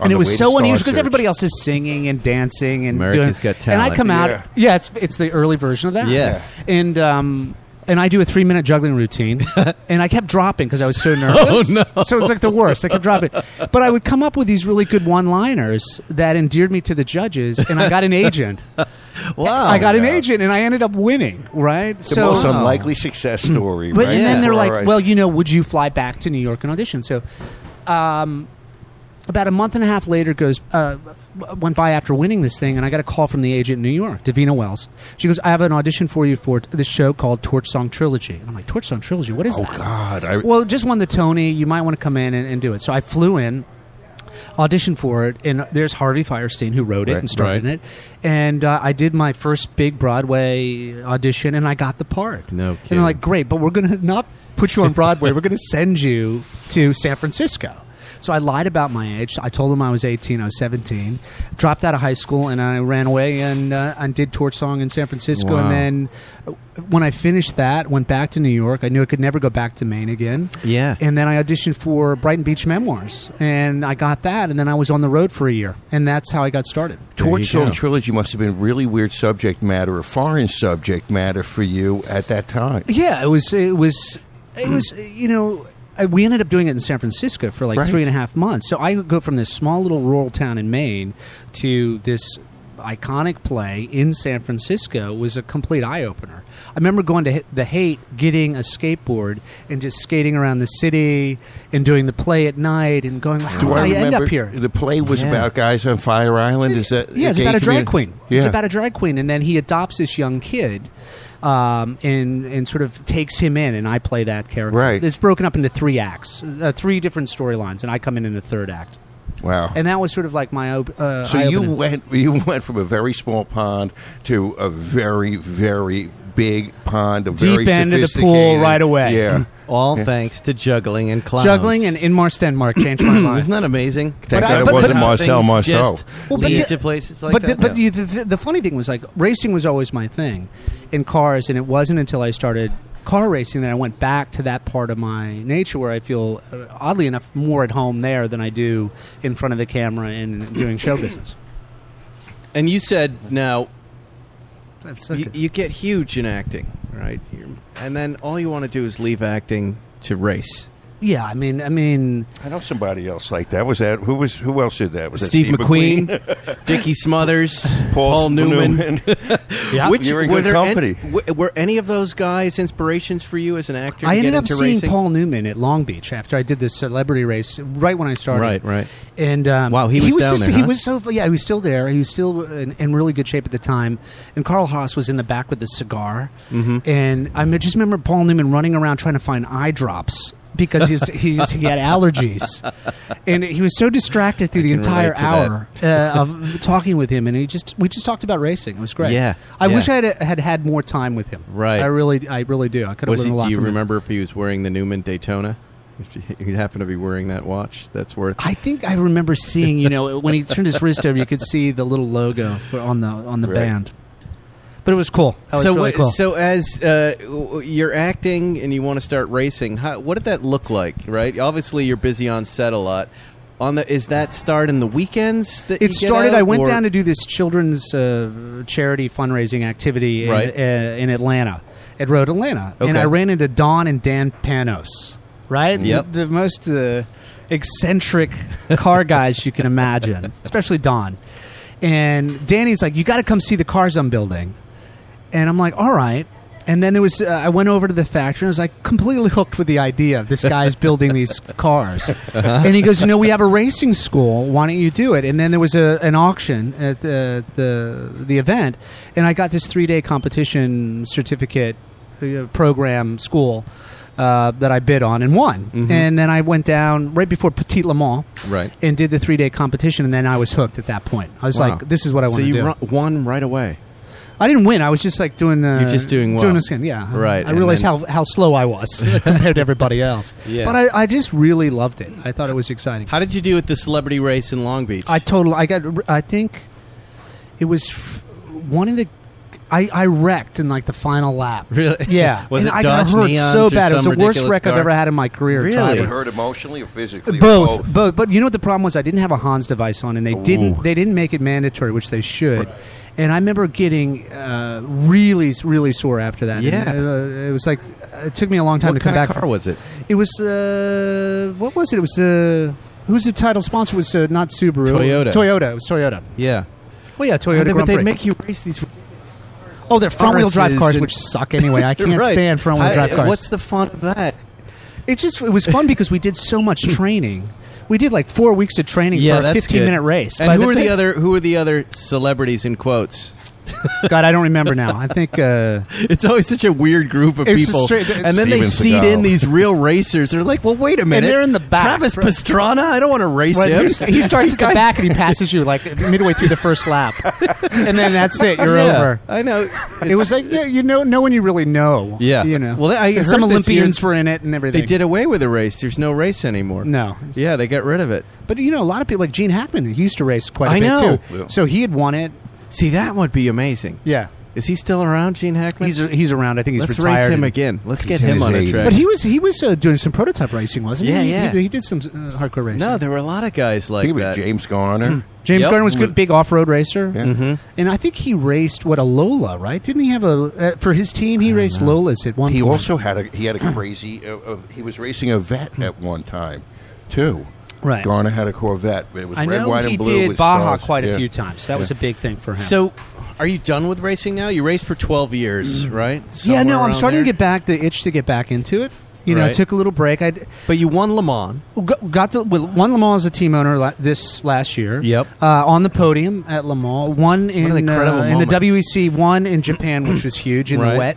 E: On
C: and it
E: the
C: was
E: way to
C: so
E: Star
C: unusual because
E: Search.
C: everybody else is singing and dancing and
H: America's
C: doing,
H: Got
C: And I
H: Talent.
C: come out,
E: Yeah.
C: yeah, it's it's the early version of that.
H: Yeah.
C: and um, and I do a three minute juggling routine, and I kept dropping because I was so nervous. oh no! So it's like the worst. I kept dropping, but I would come up with these really good one liners that endeared me to the judges, and I got an agent.
H: Wow.
C: I got an
E: Yeah.
C: agent, and I ended up winning. Right?
E: The
C: so
E: most unlikely success story.
C: Mm. but
E: right?
C: and then they're
E: Before
C: like,
E: I-
C: well, you know, would you fly back to New York and audition? So, um, about a month and a half later goes uh, went by after winning this thing, and I got a call from the agent in New York, Davina Wells. She goes, "I have an audition for you for this show called Torch Song Trilogy." And I'm like, "Torch Song Trilogy? What is
E: oh
C: that?"
E: God, I,
C: Well, it just won the Tony. You might want to come in and, and do it. So I flew in, auditioned for it, and there's Harvey Firestein who wrote it and starred in it. And uh, I did my first big Broadway audition, and I got the part.
H: No
C: And
H: kidding.
C: they're like, great, but we're going to not put you on Broadway. we're going to send you to San Francisco. So I lied about my age. I told them I was 18. I was 17. Dropped out of high school and I ran away and uh, and did Torch Song in San Francisco.
H: Wow.
C: And then uh, when I finished that, went back to New York. I knew I could never go back to Maine again.
H: Yeah.
C: And then I auditioned for Brighton Beach Memoirs and I got that. And then I was on the road for a year. And that's how I got started.
E: Torch
H: There you
E: Song
H: go.
E: Trilogy must have been really weird subject matter, or foreign subject matter for you at that time.
C: Yeah, it was. It was. It
E: Hmm.
C: was. You know, uh, we ended up doing it in San Francisco for like
E: Right.
C: three and a half months. So I would go from this small little rural town in Maine to this iconic play in San Francisco was a complete eye opener. I remember going to H- the Hate, getting a skateboard, and just skating around the city and doing the play at night and going, how
E: Do
C: did
E: I
C: I, end
E: remember
C: up here?
E: The play was
C: Yeah.
E: about guys on Fire Island. Is that
C: Yeah, it's
E: gay
C: about a drag
E: community?
C: queen.
E: Yeah.
C: It's about a drag queen, and then he adopts this young kid, um, and and sort of takes him in, and I play that character.
E: Right.
C: It's broken up into three acts, uh, three different storylines, and I come in in the third act,
E: wow.
C: and that was sort of like my. Op- uh,
E: so you
C: eye-opening.
E: went you went from a very small pond to a very very big pond. A
C: Deep
E: very
C: end of the pool
E: sophisticated-
C: right away.
E: Yeah.
H: All
E: Yeah.
H: thanks to juggling and clowns.
C: juggling and Inmar Stenmark changed
E: <clears throat>
C: my mind.
H: Isn't that amazing?
E: Thank God it wasn't Marcel Marceau.
C: Well, but
H: but lead
C: the-
H: to places like
C: but
H: that.
C: The, but you, the, the, the funny thing was like racing was always my thing in cars, and it wasn't until I started car racing that I went back to that part of my nature where I feel uh, oddly enough more at home there than I do in front of the camera and doing show <clears throat> business.
H: and you said now
C: That's
H: you, you get huge in acting, right? You're- and then all you want to do is leave acting to race.
C: yeah, I mean, I mean,
E: I know somebody else like that. Was that who was who else did that? Was that
H: Steve, McQueen,
E: <laughs>
H: Dickie Smothers, Paul, Newman.
C: yeah.
H: Which
E: You're in
H: were
E: good
H: there an-
E: company.
H: w- were any of those guys inspirations for you as an actor?
C: I
H: to get
C: ended up
H: into
C: seeing
H: racing?
C: Paul Newman at Long Beach after I did this celebrity race right when I started.
H: Right, right.
C: And um,
H: Wow, he was down
C: just,
H: there,
C: He
H: huh?
C: was so yeah, he was still there. He was still in, in really good shape at the time. And Carl Haas was in the back with the cigar. Mm-hmm. And I me- just remember Paul Newman running around trying to find eye drops because
H: <laughs>
C: he's, he's, he had allergies, and he was so distracted through the
H: can
C: entire
H: relate to that.
C: hour uh, of talking with him. And he just we just talked about racing. It was great.
H: Yeah,
C: I
H: yeah.
C: wish I had, had had more time with him.
H: Right.
C: I really, I really do. I could have
H: Was
C: learned
H: he,
C: a lot.
H: do you
C: from him.
H: remember if he was wearing the Newman Daytona? <laughs> If he happened to be wearing that watch, that's worth.
C: I think I remember seeing, you know, when he turned his wrist over, you could see the little logo for, on the on the band. But it was cool. That was
H: so,
C: really
H: what-
C: cool.
H: so as uh, w- you're acting and you want to start racing, how, what did that look like? Right, obviously you're busy on set a lot. On the is that start in the weekends? That
C: it
H: you get
C: started.
H: out,
C: I went
H: or-
C: down to do this children's uh, charity fundraising activity in,
H: Right.
C: uh, in Atlanta, at Road Atlanta, and
H: Okay.
C: I ran into Don and Dan Panos, right?
H: Yep.
C: the, the most uh, eccentric car guys you can imagine, <laughs> especially Don. And Danny's like, "You got to come see the cars I'm building," and I'm like, "All right." And then there was, uh, I went over to the factory and I was like completely <laughs> hooked with the idea of this guy's building these
H: <laughs>
C: cars.
H: Uh-huh.
C: And he goes, You know, we have a racing school. Why don't you do it? And then there was a, an auction at the, the, the event. And I got this three day competition certificate uh, program school uh, that I bid on and won.
H: Mm-hmm.
C: And then I went down right before Petit Le Mans
H: Right.
C: and did the three day competition. And then I was hooked at that point. I was
H: Wow.
C: like, This is what I want
H: so
C: to
H: you
C: do.
H: ru- won right away.
C: I didn't win. I was just like doing the.
H: You're just doing well.
C: Doing the skin, yeah.
H: Right,
C: I
H: and
C: realized
H: then-
C: how, how slow I was <laughs> compared to everybody else.
H: Yeah.
C: But I, I just really loved it. I thought it was exciting.
H: How did you do at the celebrity race in Long Beach?
C: I total. I got. I think it was f- one of the. I, I wrecked in like the final lap.
H: Really?
C: <laughs> Yeah.
H: <laughs> Was
C: and
H: it
C: I got
H: Dodge
C: hurt
H: Neons
C: so
H: or
C: bad. It was
H: some
C: the worst
H: ridiculous
C: wreck I've
H: car?
C: ever had in my career.
H: Really?
C: driving.
E: It hurt emotionally or physically? or
C: Both, both, But you know what the problem was? I didn't have a Hans device on, and they
E: Ooh.
C: didn't. They didn't make it mandatory, which they should. And I remember getting uh, really, really sore after that.
H: Yeah.
C: And, uh, it was like it took me a long time
H: what
C: to come
H: kind
C: back.
H: of car was it?
C: It was uh, what was it? It was uh, who's the title sponsor? It was uh, not Subaru?
H: Toyota.
C: Toyota. It was Toyota.
H: Yeah.
C: Well, yeah, Toyota
H: but
C: Grand
H: they
C: Prix.
H: make you race these
C: oh, they're front wheel drive
H: Auruses
C: cars,
H: and-
C: which suck anyway.
H: <laughs>
C: I can't
H: Right.
C: stand front wheel
H: I-
C: drive cars.
H: What's the fun of that?
C: It just it was fun because we did so
H: <laughs>
C: much training. We did like four weeks of training for a
H: that's
C: fifteen
H: good.
C: minute race.
H: And
C: By
H: who are the
C: thing-
H: other? Who are the other celebrities in quotes?
C: God, I don't remember now. I think
H: <laughs>
C: uh,
H: It's always such a weird group of
C: It's a
H: people,
C: straight-
H: and then they
E: Steven
H: seed
E: Seagal.
H: in these real racers. They're like, "Well, wait a minute,
C: they're in the back,
H: Travis
C: right?
H: Pastrana, I don't want to race
C: right,
H: him.
C: he's- he starts at
H: <laughs>
C: the back and he passes you like midway through the first lap, and then that's it. You're
H: Yeah,
C: over.
H: I know.
C: It was like yeah, you know, no one you really know.
H: Yeah.
C: you know.
H: Well, I
C: And
H: heard
C: some
H: this
C: Olympians
H: year-
C: were in it and everything.
H: they did away with the race. There's no race anymore.
C: No.
H: Yeah, they got rid of it.
C: but you know, a lot of people like Gene Hackman he used to race quite a
H: I
C: bit
H: know.
C: too. So he had won it.
H: See, that would be amazing.
C: Yeah,
H: Is he still around, Gene Hackman?
C: he's he's around. I think he's
H: Let's
C: retired.
H: race him
C: and-
H: again. Let's get
E: in
H: him
E: his
H: on a
E: 80s.
H: track.
C: But he was he was uh, doing some prototype racing, wasn't
H: Yeah,
C: he?
H: yeah.
C: He, he did some uh, hardcore racing.
H: no, there were a lot of guys
E: I
H: like
E: think it
H: that.
E: was James Garner.
C: James
H: Yep.
C: Garner was a good big off road racer, Mm-hmm.
E: Yeah.
C: and I think he raced what a Lola, right? Didn't he have a uh, for his team? He raced Lolas at one.
E: He
C: point.
E: also had a he had a crazy. Uh, uh, he was racing a vet at one time, too.
C: Hmm. Right.
E: Garner had a Corvette. It was
C: I
E: red,
C: know
E: white,
C: he
E: and blue.
C: did
E: with
C: Baja
E: stars.
C: quite a
E: Yeah.
C: few times. That was a
E: Yeah.
C: big thing for him.
H: So, are you done with racing now? You raced for 12 years, right?
C: Mm. yeah,
H: Somewhere
C: no, I'm
H: around
C: starting
H: there?
C: to get back the itch to get back into it. You know,
H: Right.
C: took a little break. I
H: But you won Le Mans.
C: got, got to well, won Le Mans as a team owner la- this last year.
H: Yep.
C: uh, on the podium at Le Mans. One in
H: incredible
C: uh, in the
H: moment.
C: WEC, one in Japan, which was huge in
H: Right.
C: the wet.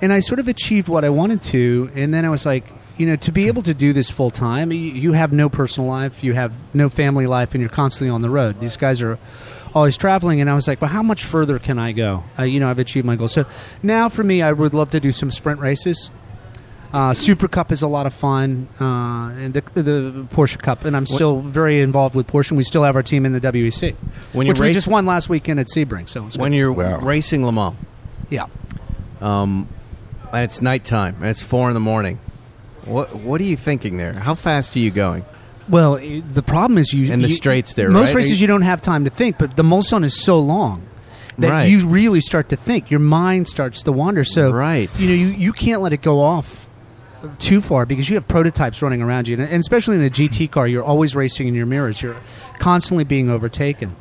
C: And I sort of achieved what I wanted to, and then I was like, you know, to be able to do this full time, you, you have no personal life, you have no family life, and you're constantly on the road. These guys are always traveling, and I was like, well, how much further can I go? Uh, you know, I've achieved my goal. So now for me, I would love to do some sprint races. Uh, Super Cup is a lot of fun, uh, and the, the Porsche Cup, and I'm still very involved with Porsche. And we still have our team in the WEC,
H: When you
C: which we
H: race-
C: just won last weekend at Sebring. So it's
H: When
C: good.
H: you're
E: Wow.
H: racing Le Mans,
C: yeah,
H: um, and it's nighttime, and it's 4 in the morning, what, what are you thinking there? How fast are you going?
C: well, i- the problem is you
H: And the
C: you-
H: straights there,
C: Most
H: right?
C: races you, don't have time to think, but the Mulsanne is so long that
H: Right.
C: you really start to think. Your mind starts to wander. So
H: Right.
C: you know you, you can't let it go off too far because you have prototypes running around you, and and especially in a GT car, you're always racing in your mirrors. You're constantly being overtaken.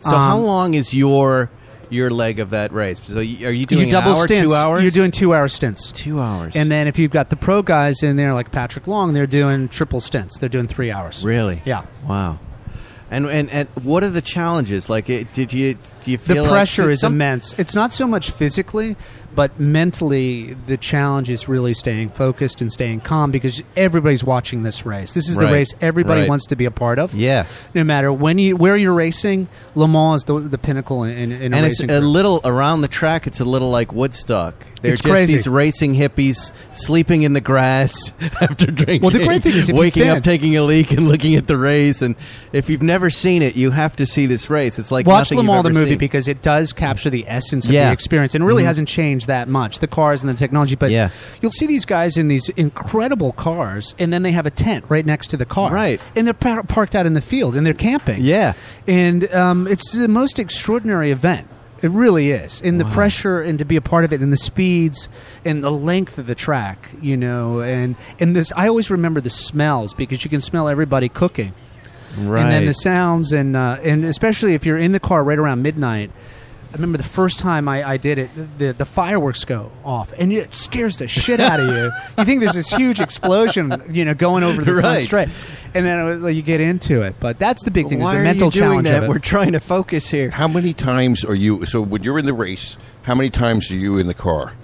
H: So, how
C: Um,
H: long is your your leg of that race? So, y- are you doing
C: you double
H: an hour,
C: stints.
H: two hours?
C: You're doing two hour stints.
H: two hours.
C: And then if you've got the pro guys in there like Patrick Long, they're doing triple stints. They're doing three hours.
H: Really?
C: Yeah.
H: Wow. And, and and what are the challenges? Like, it, did you do you
C: The
H: feel like-
C: pressure is
H: some-
C: immense. It's not so much physically, but mentally, the challenge is really staying focused and staying calm because everybody's watching this race. This is the
H: Right.
C: race everybody
H: Right.
C: wants to be a part of.
H: Yeah.
C: No matter when you where you're racing, Le Mans is the, the pinnacle in, in, in a
H: and it's
C: racing.
H: a
C: career.
H: little around the track. It's a little like Woodstock. They're
C: It's
H: just
C: crazy.
H: these racing hippies sleeping in the grass <laughs> after drinking.
C: Well, the great thing is if you've
H: waking
C: been-
H: up, taking a leak, and looking at the race. And if you've never seen it, you have to see this race. It's like
C: Watch
H: nothing
C: Le
H: you've
C: Mans the
H: ever
C: movie
H: seen.
C: because it does capture the essence of
H: Yeah. Mm-hmm.
C: the experience and really hasn't changed that much the cars and the technology. But
H: Yeah.
C: you'll see these guys in these incredible cars, and then they have a tent right next to the car,
H: Right.
C: And they're par- parked out in the field and they're camping,
H: Yeah.
C: And um, it's the most extraordinary event. It really is, and the pressure, and to be a part of it, and the speeds, and the length of the track, you know, and and this. I always remember the smells because you can smell everybody cooking
H: right.
C: and then the sounds and uh, and especially if you're in the car right around midnight I remember the first time I, I did it, the, the fireworks go off, and it scares the shit out of
H: <laughs>
C: you. You think there's this huge explosion, you know, going over the
H: Right.
C: front straight, and then it was like, you get into it. But that's the big thing:
H: Why
C: is
H: are
C: the mental
H: you doing
C: challenge
H: that?
C: of it.
H: We're trying to focus here.
E: How many times are you? So when you're in the race, how many times are you in the car?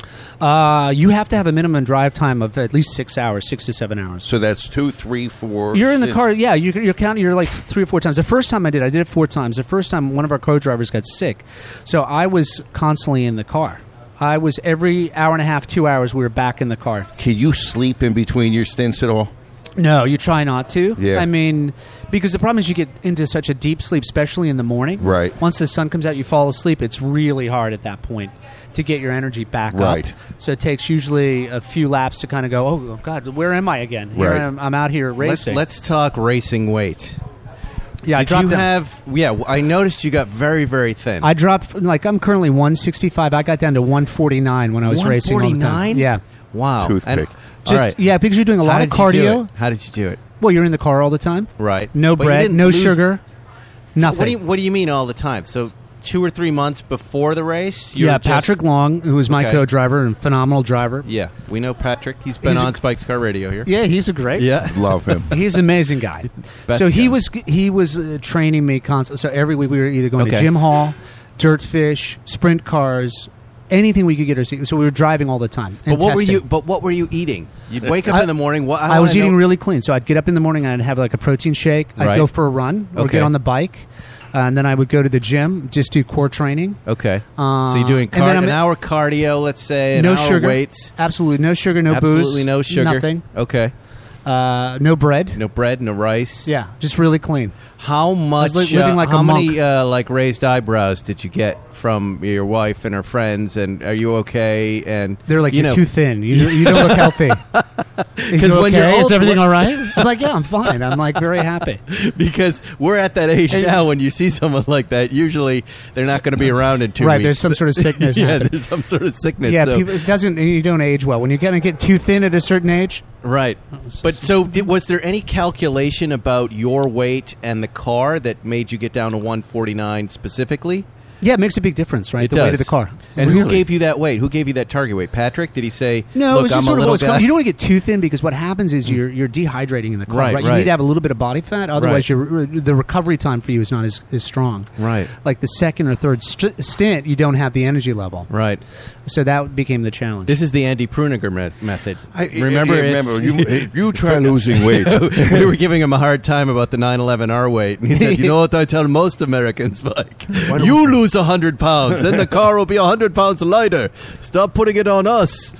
C: Uh, you have to have a minimum drive time of at least six hours, six to seven hours.
E: So that's two, three, four.
C: You're in the
E: stints.
C: car, yeah. You, you're counting. You're like three or four times. The first time I did, I did it four times. The first time, one of our co-drivers got sick, so I was constantly in the car. I was every hour and a half, two hours. We were back in the car.
E: Can you sleep in between your stints at all?
C: No, you try not to.
E: Yeah.
C: I mean, because the problem is you get into such a deep sleep, especially in the morning.
E: Right.
C: Once the sun comes out, you fall asleep. It's really hard at that point to get your energy back
E: Right.
C: up. So it takes usually a few laps to kind of go, oh, God, where am I again? Here
E: Right.
C: I am, I'm out here
H: Let's,
C: racing.
H: let's talk racing weight.
C: yeah, I
H: Did you
C: dropped down.
H: have? Yeah, I noticed you got very, very thin.
C: I dropped like I'm currently 165. I got down to 149 when I was racing. all the time.
H: 149?
C: Yeah.
H: Wow.
E: Toothpick.
H: And-
C: Just
H: all right.
C: yeah, because you're doing a
H: How
C: lot of
H: did you do
C: cardio.
H: it? How did you do it?
C: Well, you're in the car all the time.
H: Right.
C: No
H: But you
C: bread,
H: didn't
C: no
H: lose-
C: sugar, nothing.
H: What do you What do you mean all the time? So two or three months before the race? you
C: yeah,
H: were just-
C: Patrick Long, who was my
H: Okay.
C: co-driver and phenomenal driver.
H: Yeah, we know Patrick. He's been
C: He's a-
H: on Spike's Car Radio here.
C: Yeah, he's a great. <laughs>
E: Love him.
C: He's an amazing guy.
H: <laughs> Best
C: so he
H: guy.
C: was he was uh, training me constantly. So every week we were either going
H: Okay.
C: to Jim Hall, Dirt Fish, Sprint Cars, anything we could get. Our so we were driving all the time.
H: But
C: and
H: what were
C: testing.
H: you? But what were you eating? You'd wake up
C: I-
H: in the morning. What,
C: I,
H: wanna
C: was eating
H: know-
C: really clean. So I'd get up in the morning, I'd have like a protein shake, I'd
H: Right.
C: go for a run, or
H: Okay.
C: get on the bike, uh, and then I would go to the gym, just do core training.
H: Okay.
C: Uh,
H: so you're doing
C: and then
H: car-
C: I'm-
H: an hour cardio, let's say, an
C: no
H: hour
C: sugar.
H: weights.
C: Absolutely no sugar, no booze.
H: Absolutely no sugar.
C: Nothing.
H: Okay.
C: Uh, no bread.
H: No bread, no rice.
C: Yeah, just really clean.
H: How much?
C: li- living like
H: how
C: a
H: many
C: monk.
H: uh, like raised eyebrows did you get from your wife and her friends? And are you okay? And
C: They're like,
H: you
C: you are
H: know,
C: too thin. You, you don't look
H: <laughs>
C: healthy. <laughs> Because
H: when you're old-
C: is everything all right? I'm like, yeah, I'm fine. I'm like very
H: <laughs>
C: happy.
H: <laughs> because we're at that age
C: And-
H: now. When you see someone like that, usually they're not going to be around in two
C: Right,
H: weeks.
C: there's some sort
H: <laughs>
C: of sickness
H: yeah,
C: happening.
H: there's some sort of sickness.
C: yeah,
H: so-
C: people, it doesn't. You don't age well when you kind of get too thin at a certain age.
H: Right.
C: Oh,
H: But so, did, was there any calculation about your weight and the car that made you get down to 149 specifically?
C: Yeah, it makes a big difference, right?
H: It
C: the
H: does.
C: weight of the car.
H: And who
C: Really.
H: gave you that weight? Who gave you that target weight? Patrick? Did he say,
C: No,
H: Look,
C: it was
H: I'm
C: just
H: a
C: sort of
H: little
C: what's called.
H: guy?
C: You don't want to get too thin because what happens is you're you're dehydrating in the car.
H: Right,
C: Right, You
H: right.
C: need to have a little bit of body fat,
H: Right.
C: otherwise your uh, the recovery time for you is not as, as strong.
H: Right.
C: Like the second or third st- stint, you don't have the energy level.
H: Right.
C: So that became the challenge.
H: This is the Andy Pruniger met- method.
E: I-
H: remember,
E: I- I
H: it's-
E: remember,
C: <laughs>
E: you- you try losing weight.
H: <laughs> we were giving him a hard time about the 9/11R weight, and he said, "You know what I tell most
E: <laughs>
H: Americans, Mike? You lose hundred pounds, then the car will be hundred pounds lighter. Stop putting it on us."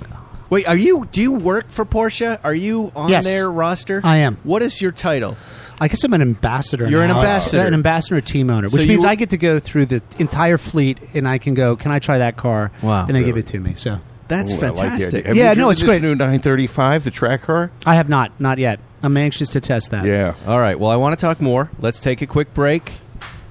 H: Wait, are you? Do you work for Porsche? Are you on
C: Yes.
H: their roster?
C: I am.
H: What is your title?
C: I guess I'm an ambassador.
H: You're an
C: now.
H: ambassador.
C: an ambassador team owner,
H: So
C: which means
H: you-
C: I get to go through the entire fleet, and I can go. Can I try that car?
H: Wow.
C: and they give it to me. So
H: That's
E: Ooh, I like the
H: fantastic.
E: idea. Have
C: Yeah,
E: you
C: no,
E: driven
C: it's
E: this
C: great.
E: New 935, the track car.
C: I have not, not yet. I'm anxious to test that.
E: Yeah.
H: All right. Well, I want to talk more. Let's take a quick break.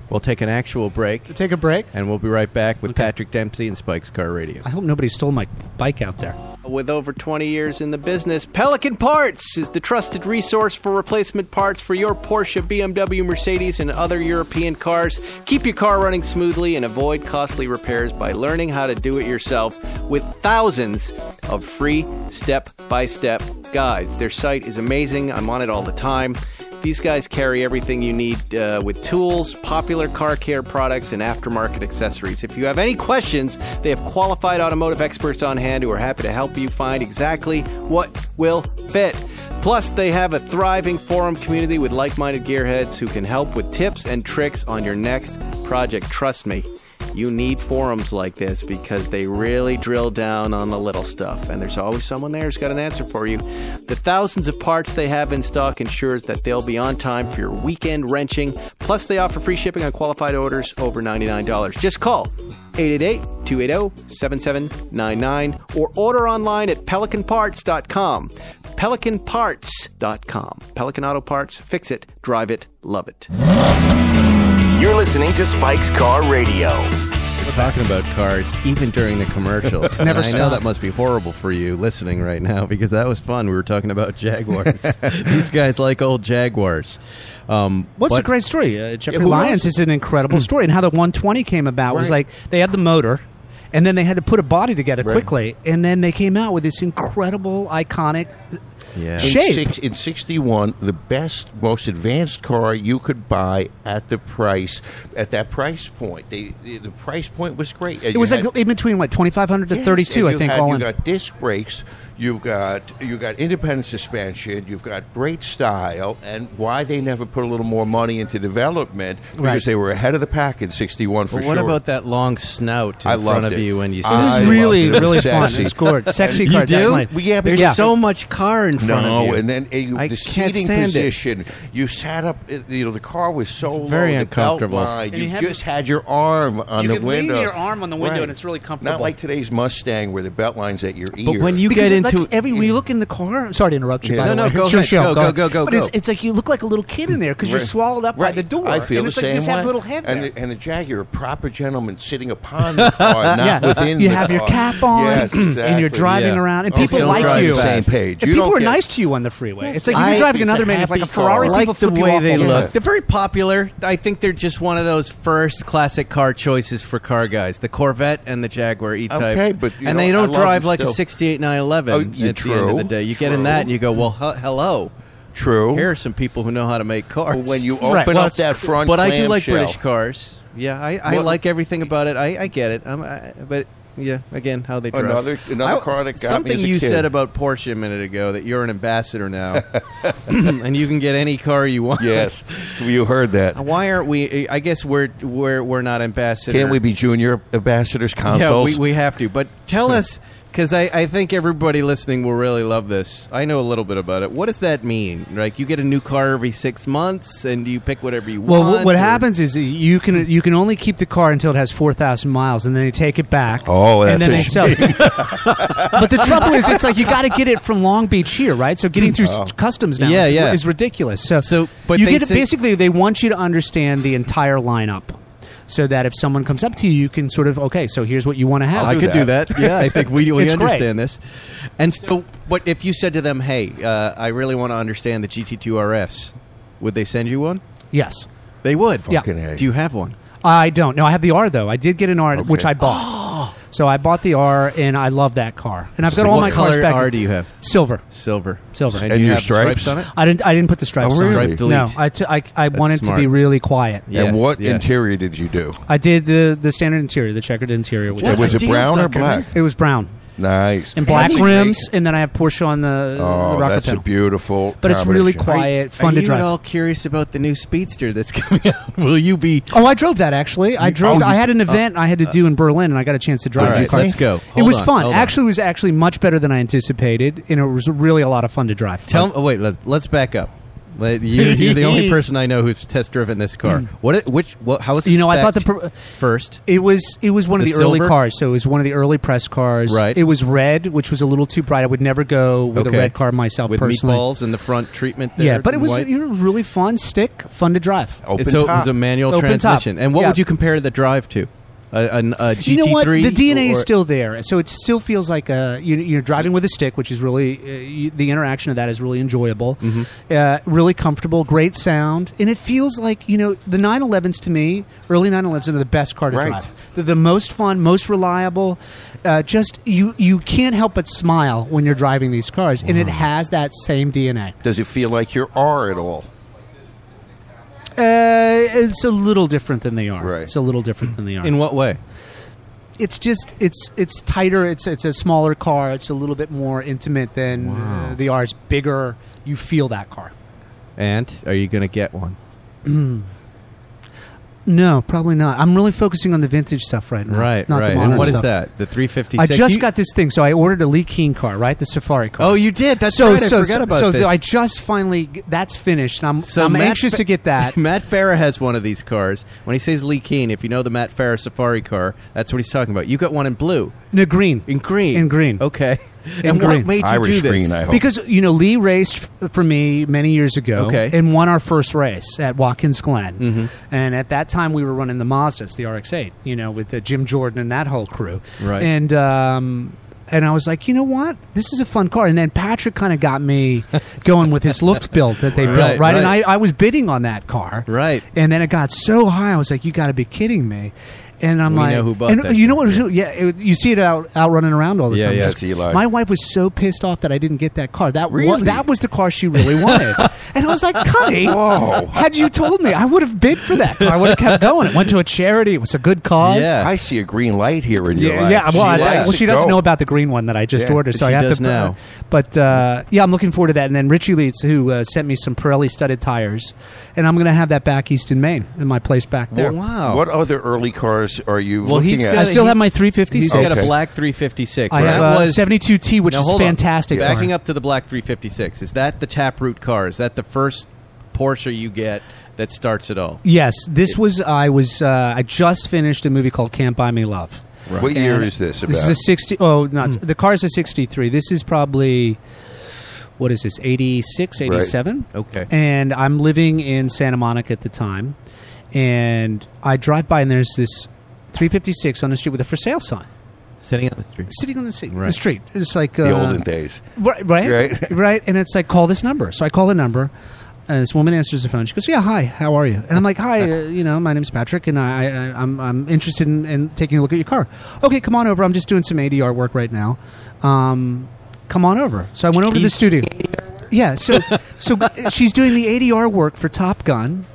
H: We'll take an actual break,
C: Take a break.
H: and we'll be right back with Patrick Dempsey and Spike's Car Radio.
C: I hope nobody stole my bike out there.
A: With over 20 years in the business, Pelican Parts is the trusted resource for replacement parts for your Porsche, BMW, Mercedes, and other European cars. Keep your car running smoothly and avoid costly repairs by learning how to do it yourself with thousands of free step by step guides. Their site is amazing. I'm on it all the time. These guys carry everything you need uh, with tools, popular car care products, and aftermarket accessories. If you have any questions, they have qualified automotive experts on hand who are happy to help you find exactly what will fit. Plus, they have a thriving forum community with like minded gearheads who can help with tips and tricks on your next project. Trust me. You need forums like this because they really drill down on the little stuff, and there's always someone there who's got an answer for you. The thousands of parts they have in stock ensures that they'll be on time for your weekend wrenching. Plus, they offer free shipping on qualified orders over $99. Just call 888 280 7799 or order online at pelicanparts.com. Pelicanparts.com. Pelican Auto Parts, fix it, drive it, love it.
B: You're listening to Spike's Car Radio.
H: We're talking about cars even during the <laughs> commercials. And
C: Never
H: I know that
C: stops.
H: must be horrible for you listening right now because that was fun. We were talking about <laughs> Jaguars. These guys like old Jaguars. Um,
C: What's
H: but-
C: a great story? Uh, Jeffrey
H: who
C: Lyons is an incredible story, and how the 120 came about was like they had the motor, and then they had to put a body together quickly, and then they came out with this incredible, iconic.
H: Yeah.
C: Sh- Shape.
E: In, six, in 61, the best, most advanced car you could buy at the price, at that price point. They, the the price point was great. And
C: It
E: you
C: was
E: had-
C: like in between what 2,500 to
E: Yes,
C: 32,
E: and
C: I
E: you
C: think.
E: had-
C: all
E: you
C: in.
E: got disc brakes, you've got you got independent suspension, you've got great style, and why they never put a little more money into development because
C: Right.
E: they were ahead of the pack in '61 for
H: But what
E: sure.
H: about that long snout in
E: I
H: front
E: loved
H: of
E: it. Ah.
H: you when you
E: I
H: sit
C: it was
H: down?
E: loved
C: really,
E: it. It was
C: really fun.
E: sexy.
C: It's good. Sexy
H: You
C: car.
H: do?
C: definitely.
E: Well, yeah,
H: There's
E: because- Yeah.
H: so much car in front
E: No,
H: of you.
E: and then and you,
H: I
E: the
H: can't
E: seating
H: stand it.
E: position. You sat up. uh, You know, the car was so
H: very
E: low,
H: uncomfortable.
E: The belt line,
C: And
E: you
C: you had-
E: just had your arm on
C: You
E: the
C: could lean
E: window.
C: your arm on the window and it's really comfortable.
E: Not like today's Mustang where the belt line's at your ear.
H: But when you
C: Because
H: get
C: it,
H: into
C: like, every we look in the car. Sorry to interrupt you.
E: Yeah.
C: By
E: No,
C: the
H: no,
C: way.
H: go
C: It's your
H: ahead.
C: show.
H: Go, go, go, go,
C: But it's,
H: go.
C: it's like you look like a little kid in there because you're
E: Right.
C: swallowed up
E: Right.
C: by the door.
E: I feel
C: and
E: the
C: it's
E: same
C: like you just
E: way.
C: have little head
E: and,
C: there.
E: The, and the Jag, you're a proper gentleman sitting
C: <laughs>
E: upon the car, not
C: yeah, Uh,
E: within
C: you
E: the
C: have your
E: car.
C: cap on,
E: Yes, exactly.
C: <clears throat> and you're driving
H: Yeah.
C: around, and
H: Okay,
C: people
H: don't
C: like
H: drive
C: you.
H: fast.
E: Same page.
C: And
E: You
C: people
E: don't
C: are
E: get-
C: nice to you on the freeway. It's like
H: I-
C: you're driving
E: it's a
C: another man, like
E: happy
C: a Ferrari.
E: car.
H: like
C: people
H: the
C: flip you
H: way
C: off
H: they
C: all the time.
H: look. They're very popular. I think they're just one of those first classic car choices for car guys: the Corvette and the Jaguar E-Type.
E: Okay, but, you
H: and
E: know,
H: they
E: I
H: don't
E: love
H: drive
E: them
H: like a
E: still.
H: '68 911.
E: Oh,
H: at
E: yeah,
H: the end of
E: true,
H: the day, you get in
E: true.
H: that and you go, "Well, he- hello."
E: True.
H: Here are some people who know how to make cars.
E: when you open
C: Right. Well,
E: up
C: it's-
E: that front,
H: <laughs> but I do like
E: clamshell.
H: British cars. Yeah, I, I
E: Well-
H: like everything about it. I, I get it. I'm, I, but yeah, again, how they drive.
E: Another- another
H: I-
E: car that got me
H: something
E: as a
H: you
E: kid.
H: said about Porsche a minute ago that you're an ambassador now, <clears throat> and you can get any car you want.
E: <laughs> Yes, you heard that.
H: Why aren't we? I guess we're we're we're not ambassadors.
E: Can't we be junior ambassadors,
H: Yeah,
E: consuls?
H: we, we have to. But tell us, Because I, I think everybody listening will really love this. I know a little bit about it. What does that mean? Like, you get a new car every six months, and you pick whatever you
C: Well,
H: want.
C: what, what
H: or-
C: happens is you can you can only keep the car until it has four thousand miles, and then they take it back.
E: Oh,
C: and then they
E: that's
C: sell it. but the trouble is, it's like you got to get it from Long Beach here, right? So getting through s- customs now
H: Yeah,
C: is,
H: yeah.
C: is ridiculous. So,
H: So, but
C: you
H: they
C: get to-
H: take-
C: basically they want you to understand the entire lineup, so that if someone comes up to you, you can sort of okay, so here's what you want to have.
H: I could do that. Yeah, I think we, we
C: It's great.
H: understand this. And so, what if you said to them, "Hey, uh, I really want to understand the GT2 RS"? Would they send you one?
C: Yes,
H: They would.
C: Yeah.
E: Fucking A.
H: Do you have one?
C: I don't. No, I have the R though. I did get an R, which
E: Okay.
C: I
H: <gasps>
C: bought. so I bought the R, and I love that car. And I've got
H: So
C: all
H: what
C: my
H: color
C: cars back.
H: R do you have?
C: Silver.
H: Silver.
C: Silver.
H: And,
E: And
H: you
E: your
H: have stripes?
E: stripes?
H: on it.
C: I didn't. I didn't put the stripes
E: Oh,
C: on.
E: really? Stripe
H: delete.
C: No, I, t- I, I wanted
H: smart.
C: to be really quiet.
H: Yes,
E: and what
H: yes.
E: interior did you do?
C: I did the the standard interior, the checkered interior, which
E: And was it
H: ideas,
E: brown or
H: sucker,
E: black?
C: it was brown
E: Nice.
C: and black rims, and then I have Porsche on the,
E: Oh,
C: the rocker
E: that's
C: panel.
E: a beautiful.
C: But it's really
E: combination.
C: quiet,
H: Are
C: fun to
H: you
C: drive.
H: at all curious about the new Speedster that's <laughs> coming out? Will you be?
C: Oh, I drove that actually. I drove.
E: oh,
C: I
E: you-
C: had an event I had to do in Berlin, and I got a chance to drive.
H: uh, All
C: the
H: right,
C: car.
H: let's go.
C: it
H: Hold
C: was
H: on,
C: fun.
H: hold on.
C: Actually, it was actually much better than I anticipated, and it was really a lot of fun to drive.
H: Tell me. Oh, wait, let, let's back up. Let- you, you're
C: <laughs>
H: the only person I know who's test driven this car. What? it- Which? What? How was? it
C: Hmm. You know, I thought the
H: spec'd
C: pro-
H: first.
C: It was it was one of
H: The
C: the, early
H: silver?
C: cars, so it was one of the early press cars.
H: Right.
C: It was red, which was a little too bright. I would never go with
H: Okay.
C: a red car myself
H: with
C: personally.
H: meatballs and the front treatment. There
C: yeah, but it
H: in
C: was
H: white. Oh,
C: it was really fun stick, fun to drive.
E: Open
H: so it
E: top.
H: was a manual
C: Open top.
H: transmission. And what
C: Yeah.
H: would you compare the drive to? A, an- a
C: <laughs>
H: GT3?
C: you know what? The DNA is
H: or-
C: still there, so it still feels like uh, you, you're driving with a stick, which is really uh, you, the interaction of that is really enjoyable,
E: Mm-hmm.
C: uh, really comfortable, great sound, and it feels like you know the 911s to me, early 911s are the best car to
E: Right.
C: drive. They're the most fun, most reliable. Uh, just you, you can't help but smile when you're driving these cars, and it has that same DNA.
E: Does it feel like your R at all?
C: Uh, it's a little different than they are.
E: Right.
C: It's a little different than they are.
H: In what way?
C: it's just it's it's tighter. It's it's a smaller car. It's a little bit more intimate than uh, the R. It's bigger. You feel that car.
H: And are you going to get one?
C: No, probably not. I'm really focusing on the vintage stuff right now.
H: Right,
C: not
H: right.
C: The modern
H: And what is
C: stuff.
H: that? The 356?
C: I just
H: You-
C: got this thing, so I ordered a Lee Keen car, right? The Safari car.
H: Oh, you did. That's
C: so,
H: right. I
C: so,
H: forgot
C: so-
H: about
C: so
H: this.
C: I just finally g- that's finished, and I'm
H: So
C: I'm
H: Matt
C: anxious
H: Fa-
C: to get
H: <laughs>
C: that.
H: Matt Farah has one of these cars. When he says Lee Keen, if you know the Matt Farah Safari car, that's what he's talking about. You got one in blue,
C: No green,
H: in green,
C: In green.
H: Okay.
C: In
H: and
C: green.
H: what made you
E: Irish
H: do this?
E: green, I hope.
C: Because you know Lee raced f- for me many years ago,
H: Okay. Mm-hmm.
C: and won our first race at Watkins Glen. And at that time, we were running the Mazdas, the RX-8, you know, with uh, Jim Jordan and that whole crew.
H: Right.
C: And um, and I was like, you know what, this is a fun car. And then Patrick kind of got
H: <laughs>
C: me going with his Luft built that they built,
H: Right,
C: right? And I,
H: right.
C: I was bidding on that car,
H: Right.
C: And then it got so high, I was like, you got to be kidding me. And I'm
H: We
C: like,
H: know who bought
C: and
H: that
C: you know what? it was- Yeah, it, you see it out out running around all the
H: Yeah,
C: time.
H: yeah,
C: Just-
E: it's Eli.
C: My wife was so pissed off that I didn't get that car. That wa-
E: Really?
C: that was the car she really
H: <laughs>
C: wanted. and I was like, Connie, had you told me, I would have bid for that car. I would have kept going. It went to a charity. It was a good cause.
H: Yeah.
E: I see a green light here in your
C: Yeah,
E: life.
C: yeah. Well, I-
E: likes
C: well,
E: it.
C: she doesn't
E: Go.
C: know about the green one that I just
E: Yeah,
C: ordered,
H: but
C: so I
H: she
C: have
H: does
C: to
H: now.
C: But uh, yeah, I'm looking forward to that. And then Richie Leeds, who uh, sent me some Pirelli studded tires, and I'm going to have that back east in Maine in my place back there.
H: Wow.
E: What other early cars are you
H: Well,
E: looking
H: he's
E: at?
H: got
C: I still have my
H: He's
C: 356.
H: got a
E: Okay.
H: black 356.
C: I
H: That
C: have a
H: was-
C: 72T, which
H: Now,
C: is
H: hold on.
C: fantastic. car.
H: Backing up to the black 356, is that the taproot car? Is that the first Porsche you get that starts it all?
C: Yes, this was I was uh, I just finished a movie called Can't Buy Me Love.
E: What year
C: And
E: is this about?
C: This is a sixty. Oh, not
H: Hmm.
C: the car's a sixty-three. This is probably what is this 86, 87?
H: Okay.
C: And I'm living in Santa Monica at the time, and I drive by and there's this 356 on the street with a for sale sign
H: Sitting on the street.
C: sitting on the street.
H: Right.
C: The street. It's like
E: the
C: uh,
E: olden days.
C: Right, right, <laughs>
E: Right.
C: right, And it's like, call this number. So I call the number. And this woman answers the phone. She goes, "Yeah, hi. How are you?" And I'm like, "Hi. Uh, you know, my name's Patrick, and I, I I'm I'm interested in, in taking a look at your car. Okay, come on over. I'm just doing some ADR work right now. Um, come on over." So I went over to the studio. Yeah. So so <laughs> she's doing the ADR work for Top Gun.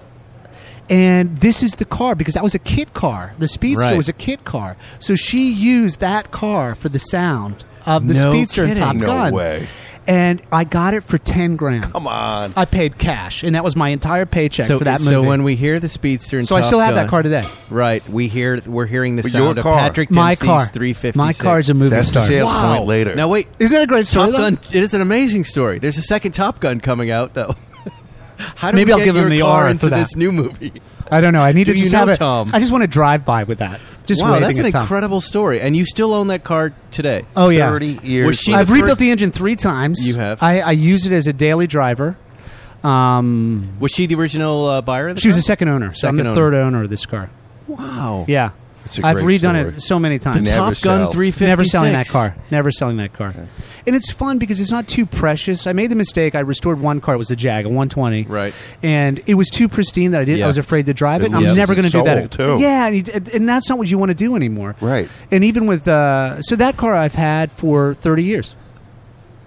C: And this is the car because that was a kit car. The Speedster
H: Right.
C: was a kit car. So she used that car for the sound of the
H: No
C: Speedster in
H: kidding.
C: Top
E: No
C: Gun.
E: way.
C: and I got it for ten grand. Come
E: on,
C: I paid cash, and that was my entire paycheck
H: so,
C: for that movie.
H: so when we uh, hear the speedster, and
C: So I still have that car today.
H: Right, we hear we're hearing the
C: But your
H: sound
C: car.
H: of Patrick
C: My
H: Dempsey's
C: car.
H: 356.
C: My car's a movie
E: That's the star. sales
H: wow.
E: point later.
H: Now wait,
C: isn't that a great story?
H: Top Gun, it is an amazing story. There's a second Top Gun coming out though. <laughs> How do
C: Maybe
H: we
C: I'll
H: get
C: give him
H: your
C: the
H: car
C: R
H: into
C: for that.
H: this new movie?
C: I don't know. I need
H: Do
C: to
H: you
C: just
H: know
C: have it.
H: Tom?
C: I just want to drive by with that. Just
H: wow,
C: waving
H: that's an
C: at Tom.
H: incredible story, and you still own that car today.
C: Oh yeah,
H: Was she
C: I've
H: the
C: rebuilt
H: first-
C: the engine three times.
H: You have.
C: I, I use it as a daily driver. Um,
H: Was she the original uh, buyer? Of the
C: she was
H: car?
C: the second owner, so I'm
H: Second
C: the third owner of this car.
H: Wow.
C: Yeah,
E: It's a
C: I've
E: great
C: redone
E: story.
C: it so many
H: The
C: times.
H: Top Gun
E: sell.
H: 356.
C: Never selling that car. Never selling that car. And it's fun because it's not too precious. I made the mistake. I restored one car. It was the Jag, a 120.
H: Right.
C: and it was too pristine that I did. not
H: Yeah.
C: I was afraid to drive it.
E: It
C: and I'm
E: loses
C: never going to do
E: its
C: that.
E: soul, too.
C: Yeah, and, you- and- and that's not what you want to do anymore.
E: Right.
C: And even with uh, so that car I've had for 30 years.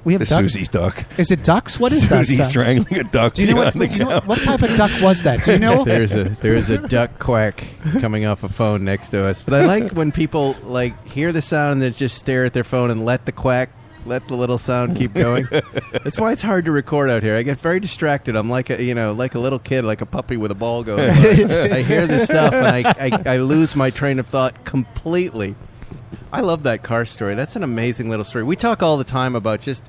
C: We have
E: The
C: ducks.
E: Susie's duck.
C: Is it ducks? What is
E: e- Susie
C: that? son?
E: strangling a duck <laughs>
C: Do you know what,
E: behind the
C: you know what-
E: couch.
C: what type of duck was that? Do you
H: <laughs>
C: know?
H: there's a there's a duck quack coming off a phone next to us. But I like when people like hear the sound and just stare at their phone and let the quack, let the little sound keep going. That's why it's hard to record out here. I get very distracted. I'm like a you know like a little kid, like a puppy with a ball going. by. I hear this stuff and I, I I lose my train of thought completely. I love that car story. That's an amazing little story. We talk all the time about just,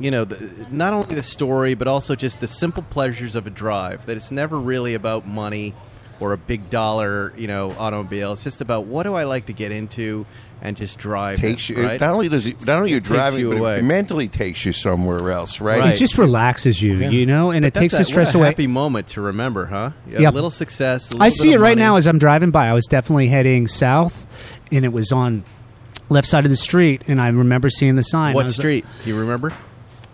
H: you know, the, not only the story, but also just the simple pleasures of a drive. That it's never really about money or a big dollar, you know, automobile. It's just about what do I like to get into and just drive.
E: takes you.
H: it, right?
E: Not only does it, not only you're
H: takes
E: driving,
H: you
E: but
H: away.
E: it mentally takes you somewhere else, right?
H: Right.
C: It just relaxes you, you know, and it
H: That's
C: takes
H: a,
C: the stress
H: what a
C: away.
H: happy moment to remember, huh? A
C: Yep.
H: little success. I
C: I see it right now as I'm driving by. I was definitely heading south, and it was on left side of the street, and I remember seeing the sign. I
H: what
C: was like,
H: street? Do you remember?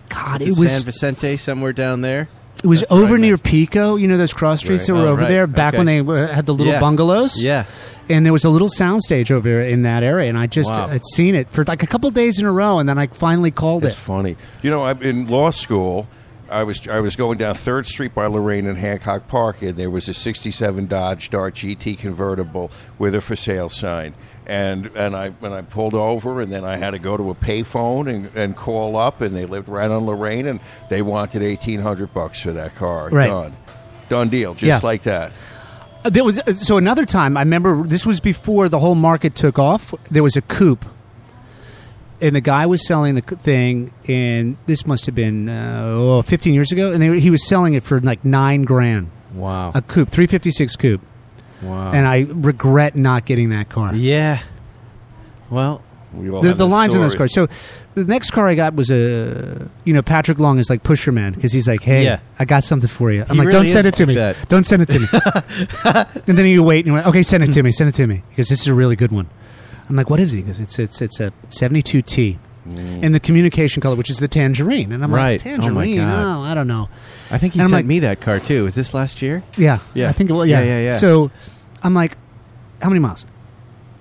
C: God,
H: Is
C: it was
H: San Vicente somewhere down there.
C: It was
H: That's
C: over
H: right,
C: near Pico, you know those cross streets
H: Right.
C: that were
H: Oh,
C: over
H: right.
C: there back
H: Okay.
C: when they were, had the little
H: Yeah.
C: bungalows.
H: Yeah.
C: And there was a little soundstage over in that area, and I just
H: Wow.
C: had seen it for like a couple days in a row, and then I finally called
E: It's
C: it.
E: funny. You know, I'm in law school. I was I was going down Third Street by Lorraine and Hancock Park, and there was a '67 Dodge Dart GT convertible with a for sale sign. And and I and I pulled over, and then I had to go to a payphone and, and call up, and they lived right on Lorraine, and they wanted eighteen hundred bucks for that car.
C: Right.
E: Done, done deal, just
C: Yeah.
E: like that.
C: Uh, There was uh, so another time I remember this was before the whole market took off. There was a coupe, and the guy was selling the c- thing, and this must have been uh, oh, 15 years ago, and they, were- he was selling it for like nine grand,
H: Wow.
C: a coupe, 356 coupe,
H: Wow.
C: and I regret not getting that car.
H: yeah. Well,
E: We all
C: the,
E: have
C: the
E: that
C: lines in those
E: story.
C: cars. So the next car I got was a, you know, Patrick Long is like pusher man because he's like, hey,
H: Yeah.
C: I got something for you. I'm
H: He
C: like,
H: really
C: don't send
H: is
C: it to
H: like
C: me.
H: that.
C: Don't send it
H: <laughs>
C: to me. and then you wait and went, okay, send it to me. Send it to me because this is a really good one. I'm like, what is it? Because it's it's it's a 72T. And the communication color, which is the tangerine, and I'm
H: Mm. Right.
C: like
H: Oh, my
C: tangerine.
H: God.
C: Oh, I don't know.
H: I think he
C: And I'm
H: sent
C: like-
H: me that car too. Is this last year?
C: Yeah,
H: Yeah.
C: I think it was.
H: Yeah,
C: Yeah.
H: yeah, yeah.
C: So I'm like, how many miles?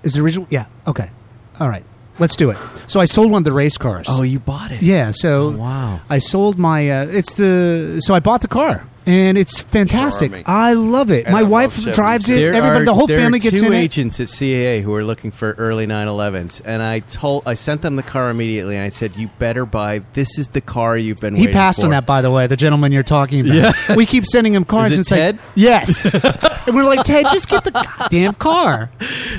C: Is the original? Yeah. Okay. All right. Let's do it. So I sold one of the race cars.
H: Oh, you bought it.
C: Yeah, so
H: Oh, wow.
C: I sold my uh, it's the so I bought the car and it's fantastic.
E: Charming.
C: I love it.
E: And
C: my
E: I
C: wife
E: love
C: drives it.
E: 70s.
C: Everybody,
H: are-
C: the whole
H: there
C: family
H: are
C: gets
H: two
C: in it.
H: agents at CAA who are looking for early 911s, and I told I sent them the car immediately, and I said, "You better buy. This is the car you've been."
C: He
H: waiting
C: passed
H: for.
C: on that, by the way. The gentleman you're talking about. We keep sending him cars.
H: Is it
C: and it's like,
H: Ted?
C: yes,
H: <laughs>
C: and we're like, Ted, just get the goddamn car.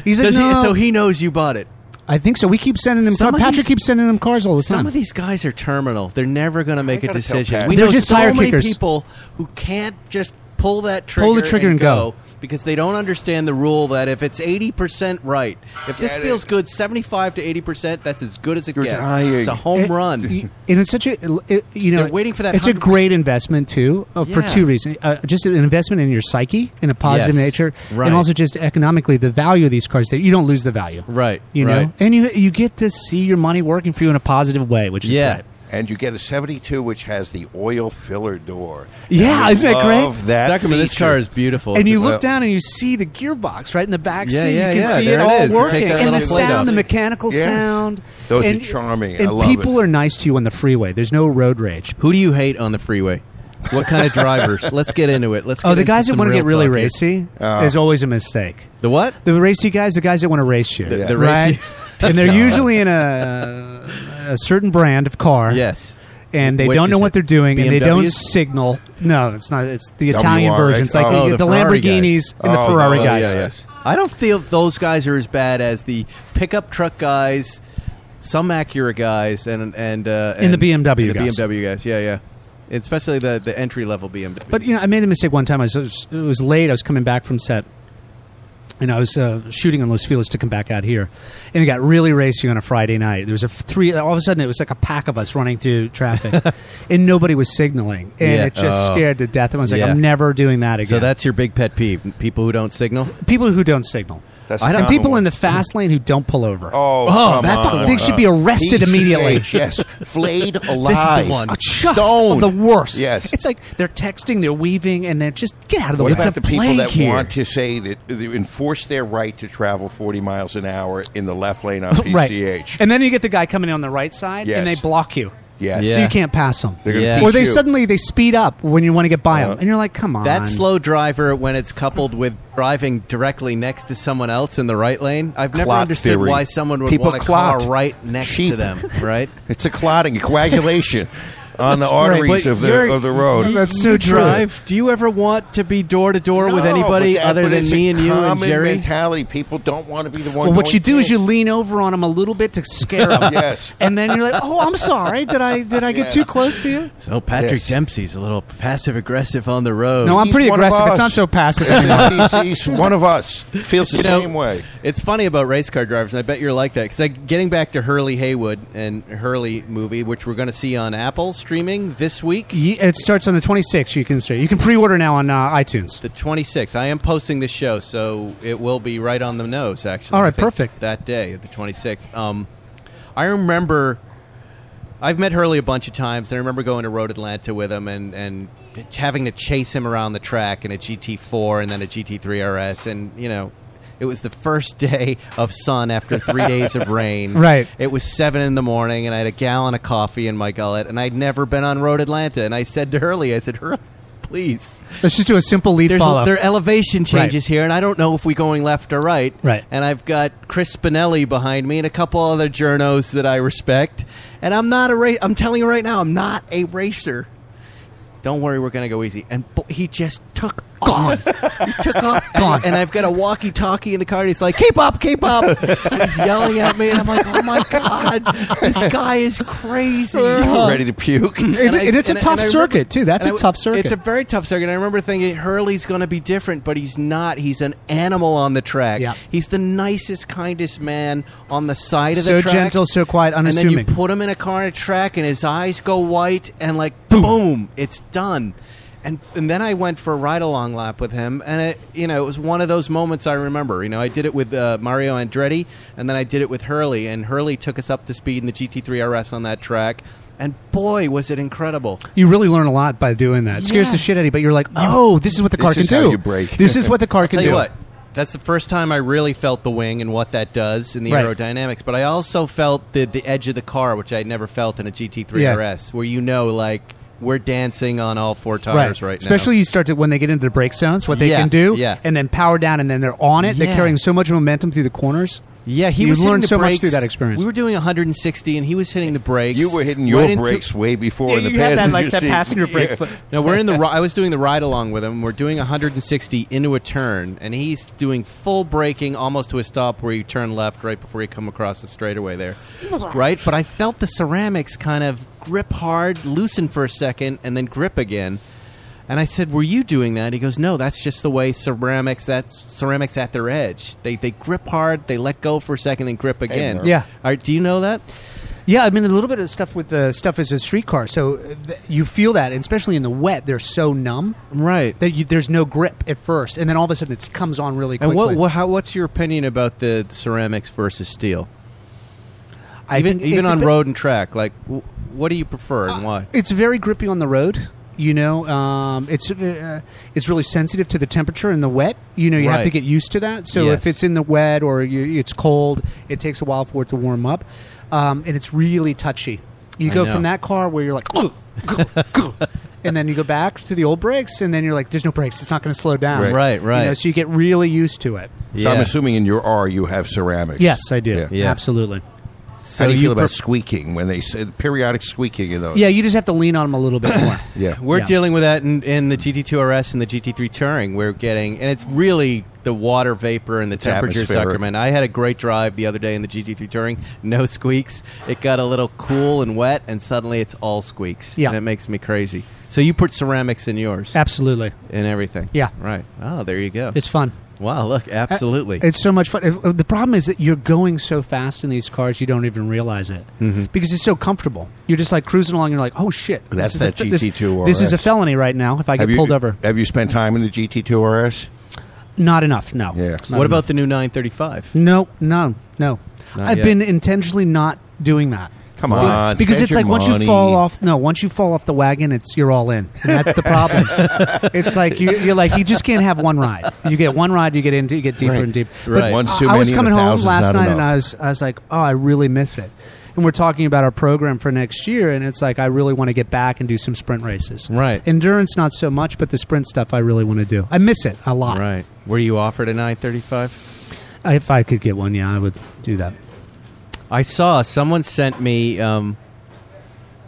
C: He's like,
H: Does he-
C: no.
H: so he knows you bought it.
C: I think so. We keep sending him.
H: Some
C: Car.
H: of
C: Patrick
H: these-
C: keeps sending him cars all the
H: Some
C: time.
H: of these guys are terminal. They're never going to make a
E: gotta tell
H: decision.
E: Pat.
H: We
C: They're
H: know
C: just
H: so
C: tire
H: many
C: kickers.
H: people who can't just pull that trigger,
C: Pull the trigger and go.
H: because they don't understand the rule that if it's eighty percent right, if this
E: Get it.
H: feels good, seventy-five to eighty percent, that's as good as it
E: You're
H: gets.
E: dying.
H: It's a home run.
C: Eh, Y- and it's such a it- you know
H: They're waiting for that
C: It's a
H: 100%.
C: great investment too uh, for
H: Yeah.
C: two reasons: uh, just an investment in your psyche in a positive
H: Yes.
C: nature,
H: Right.
C: and also just economically the value of these cars. That you don't lose the value,
H: Right,
C: You know,
H: right.
C: and you you get to see your money working for you in a positive way, which is
H: Yeah.
C: great.
E: And you get a 72, which has the oil filler door.
C: Yeah,
E: And we
C: isn't that great?
E: love That
H: Sacramento, this
E: feature.
H: car is beautiful.
C: And
H: It's
C: you
H: a-
C: look down and you see the gearbox right in the back
H: Yeah,
C: seat.
H: yeah,
C: you can
H: yeah.
C: see
H: There
C: it
H: it
C: all
H: is. You take
C: working,
H: that
C: and the
H: little plate
C: sound,
H: off.
C: the mechanical
E: Yes.
C: sound.
E: Those are
C: and,
E: charming. I
C: And
E: love
C: people
E: it.
C: are nice to you on the freeway. There's no road rage.
H: Who do you hate on the freeway? What
C: <laughs>
H: kind of drivers? Let's get into it. Let's. Get
C: Oh, the
H: into
C: guys that
H: some
C: want to
H: real
C: get really
H: talk Oh. here.
C: racy is always a mistake.
H: The what?
C: The racy guys, the guys that want to race you, <laughs>
H: the
C: right?
H: racy- <laughs>
C: and they're usually in a a certain brand of car.
H: Yes.
C: and they
H: Which
C: don't know
H: is
C: what
H: it?
C: they're doing, and they don't
H: BMWs?
C: signal. No, it's not. It's the Italian version. It's like
H: Oh,
C: the, the
H: Ferrari
C: Lamborghinis
H: guys.
C: and the Ferrari
H: yeah,
C: guys.
H: yeah, yeah. I don't feel those guys are as bad as the pickup truck guys, some Acura guys, and and, uh,
C: And the BMW
H: and the
C: guys.
H: BMW guys. Yeah, yeah. Especially the, the entry level BMW.
C: But you know, I made a mistake one time. I was, it was- it was late. I was coming back from set, and I was uh, shooting on Los Feliz to come back out here, and it got really racy on a Friday night. There was a f- three. All of a sudden, it was like a pack of us running through
H: <laughs>
C: traffic, and nobody was signaling, and
H: Yeah.
C: it just
H: Oh.
C: scared to death. And I was like,
H: Yeah.
C: I'm never doing that again.
H: So that's your big pet peeve: people who don't signal.
C: people who don't signal.
H: That's
C: I
H: a
C: don't,
H: common
C: people
H: one.
C: in the fast lane who don't pull over.
E: Oh,
H: come
C: that's
H: on.
C: they should be arrested
E: PCH,
C: immediately.
E: yes.
C: <laughs>
E: Flayed
C: This is the
E: alive.
C: one.
E: Oh,
C: Just
E: stoned.
C: the worst.
E: Yes.
C: it's like they're texting, they're weaving, and they're just get out of the
E: What
C: way.
E: about
C: it's a
E: the people
C: plague
E: that
C: here.
E: want to say that they enforce their right to travel 40 miles an hour in the left lane on PCH?
C: <laughs> Right. And then you get the guy coming in on the right side,
E: Yes.
C: and they block you.
E: Yes.
C: So
E: Yeah.
C: you can't pass them.
E: They're gonna Yeah. teach
C: Or they
E: you. Uh-huh.
C: suddenly they speed up when you want to get by them, and you're like, "Come on."
H: That slow driver, when it's coupled with driving directly next to someone else in the right lane, I've never
E: Clot
H: understood
E: theory.
H: why someone would
E: People
H: want a
E: clot.
H: car right next
E: Sheep.
H: to them. Right?
E: It's a clotting,
C: <laughs>
E: a coagulation on the
H: That's
E: arteries
H: right.
E: of
H: But
E: the
H: you're-
E: of the road.
H: you- you Drive. Do you ever want to be door to door with
E: No,
H: anybody
E: but that-
H: other
E: but
H: than
E: it's
H: me
E: a
H: and you and
E: common
H: Jerry?
E: Mentality: people don't want to be the one.
C: Well, what
E: going
C: you do is
E: first.
C: you lean over on them a little bit to scare them.
E: <laughs> Yes.
C: And then you're like, "Oh, I'm sorry. Did I did I get
E: Yes.
C: too close to you?"
H: So Patrick
E: Yes.
H: Dempsey's a little passive aggressive on the road.
C: No, I'm
E: He's
C: pretty
E: one of
C: aggressive.
E: us.
C: It's not so passive
E: <laughs>
C: anymore.
E: <laughs> He's, he's one of us. Feels the
H: You know,
E: same way.
H: It's funny about race car drivers, and I bet you're like that. Because like, getting back to Hurley Haywood and Hurley movie, which we're going to see on Apple streaming this week,
C: Ye- it starts on the 26th. You can you can pre-order now on uh, iTunes.
H: the 26th. I am posting this show, so it will be right on the nose. Actually,
C: All right,
H: I think,
C: perfect.
H: That day, the 26th. Um, I remember. I've met Hurley a bunch of times, and I remember going to Road Atlanta with him and, and having to chase him around the track in a GT4 and then a GT3 RS. And, you know, it was the first day of sun
C: <laughs>
H: after three days of rain.
C: Right.
H: It was 7 in the morning, and I had a gallon of coffee in my gullet, and I'd never been on Road Atlanta. And I said to Hurley, I said, Hurley, please
C: Let's just do a simple lead
H: there's
C: follow.
H: there are elevation changes here, and I don't know if we're going left or right.
C: Right.
H: And I've got Chris Spinelli behind me and a couple other journos that I respect. And I'm not a race. I'm telling you right now, I'm not a racer. Don't worry, we're gonna go easy. And bo- he just took off. he took off. and-
C: <laughs> Gone.
H: And, I've got a walkie-talkie in the car. And he's like, "Keep up, keep up!" And he's yelling at me, and I'm like, "Oh my god, this guy is crazy."
E: Ready to puke.
C: And
H: I-
C: it's a tough
H: I
C: circuit, too. That's
H: and
C: a
H: I-
C: tough circuit.
H: It's a very tough circuit. I remember thinking Hurley's going to be different, but he's not. He's an animal on the track.
C: Yeah.
H: He's the nicest, kindest man on the side of
C: So
H: the track.
C: gentle, so quiet,
H: And then
C: unassuming.
H: you put him in a car on a track, and his eyes go white, and like boom, it's done. And, and then I went for a ride along lap with him, and it you know it was one of those moments I remember. You know I did it with uh, Mario Andretti, and then I did it with Hurley, and Hurley took us up to speed in the GT3 RS on that track, and boy was it incredible!
C: You really learn a lot by doing that. It scares
H: Yeah.
C: the shit out of you, but you're like, oh, this is what the car
E: is
C: can
E: how
C: do.
E: you brake.
C: This is what the car can
H: Tell
C: do.
H: you what, that's the first time I really felt the wing and what that does in the
C: Right.
H: aerodynamics. But I also felt the the edge of the car, which I had never felt in a GT3
C: Yeah.
H: RS, where you know, like we're dancing on all four tires right, now.
C: Especially you start to when they get into the brake zones, what they
H: Yeah,
C: can do,
H: yeah.
C: and then power down, and then they're on it. They're
H: Yeah.
C: carrying so much momentum through the corners.
H: yeah, he
C: you
H: was hitting
C: learned
H: the
C: so
H: brakes.
C: much through that experience.
H: We were doing 160, and he was hitting the brakes.
E: You were hitting
H: Went
E: your
H: into-
E: brakes way before in the
F: you had that
E: passenger
F: like that
E: seat.
F: passenger brake. foot.
H: No, we're in the. ri- I was doing the ride along with him. We're doing 160 into a turn, and he's doing full braking almost to a stop where you turn left right before you come across the straightaway there, right. But I felt the ceramics kind of grip hard, loosen for a second, and then grip again. And I said, "Were you doing that?" He goes, "No, that's just the way ceramics. That's ceramics at their edge. They they grip hard, they let go for a second, and grip again.
E: Merv.
C: Yeah.
H: All right, do you know that?
C: Yeah, I mean a little bit of stuff with the stuff as a streetcar, so uh, th- you feel that, and especially in the wet, they're so numb
H: Right.
C: that you, there's no grip at first, and then all of a sudden it comes on really
H: And
C: quickly.
H: what, what how, what's your opinion about the ceramics versus steel?
C: I
H: even
C: think it
H: even on
C: depe-
H: road and track, like w- what do you prefer and why?
C: It's very grippy on the road. You know, um, it's uh, it's really sensitive to the temperature and the wet. You know, you have
H: Right.
C: to get used to that. So
H: Yes.
C: if it's in the wet or you, it's cold, it takes a while for it to warm up, um, and it's really touchy. You
H: I
C: go
H: know.
C: from that car where you're like, "Ugh, ugh, ugh," and then you go back to the old brakes, and then you're like, "There's no brakes. It's not going to slow down."
H: Right. Right,
C: You
H: right.
C: know, so you get really used to it.
E: So I'm assuming in your R you have ceramics.
C: Yes, I do.
E: Yeah.
H: Yeah.
C: Absolutely.
E: How do you, feel
H: you
E: about
H: pref-
E: squeaking when they say periodic squeaking in those?
C: Yeah, you just have to lean on them a little bit
H: <coughs>
C: more.
E: yeah.
H: We're
C: Yeah.
H: dealing with that in, in the GT2 RS and the GT3 Touring. We're getting, and it's really the water vapor and the temperature
E: atmospheric.
H: sucker, man. I had a great drive the other day in the GT3 Touring, no squeaks. It got a little cool and wet, and suddenly it's all squeaks.
C: Yeah.
H: And it makes me crazy. So you put ceramics in yours
C: Absolutely.
H: and everything.
C: Yeah.
H: Right. Oh, there you go.
C: It's fun.
H: wow, look, absolutely.
C: Uh, It's so much fun. If- uh, The problem is that you're going so fast in these cars, you don't even realize it
E: Mm-hmm.
C: because it's so comfortable. You're just like cruising along. And you're like, oh shit,
E: That's
C: this is a
E: that
C: fe- this-
E: GT2
C: This, is a
E: RS.
C: felony right now. If I get
E: Have you e-
C: pulled over,
E: Have you spent time in the GT2 RS?
C: not enough. No.
E: Yeah.
C: Not
H: what
C: enough.
H: about the new 935?
C: No, no, no.
H: Not
C: I've
H: yet.
C: been intentionally not doing that.
E: Come on,
C: because
E: spend
C: it's
E: your
C: like once you
E: money.
C: fall off. No, once you fall off the wagon, it's you're all in. And that's the
E: <laughs>
C: problem. it's like you, you're like you just can't have one ride. You get one ride, you get into, you get deeper
E: Right.
C: and deeper.
H: Right.
E: Once
C: I-
E: too
C: I was
E: many,
C: coming
E: the
C: home
E: thousand's
C: last
E: not
C: night and
E: enough.
C: I was I was like, oh, I really miss it. And we're talking about our program for next year, and it's like I really want to get back and do some sprint races.
H: Right.
C: endurance not so much, but the sprint stuff I really want to do. I miss it a lot.
H: Right. Were you offered a 935?
C: If I could get one, yeah, I would do that.
H: I saw someone sent me um,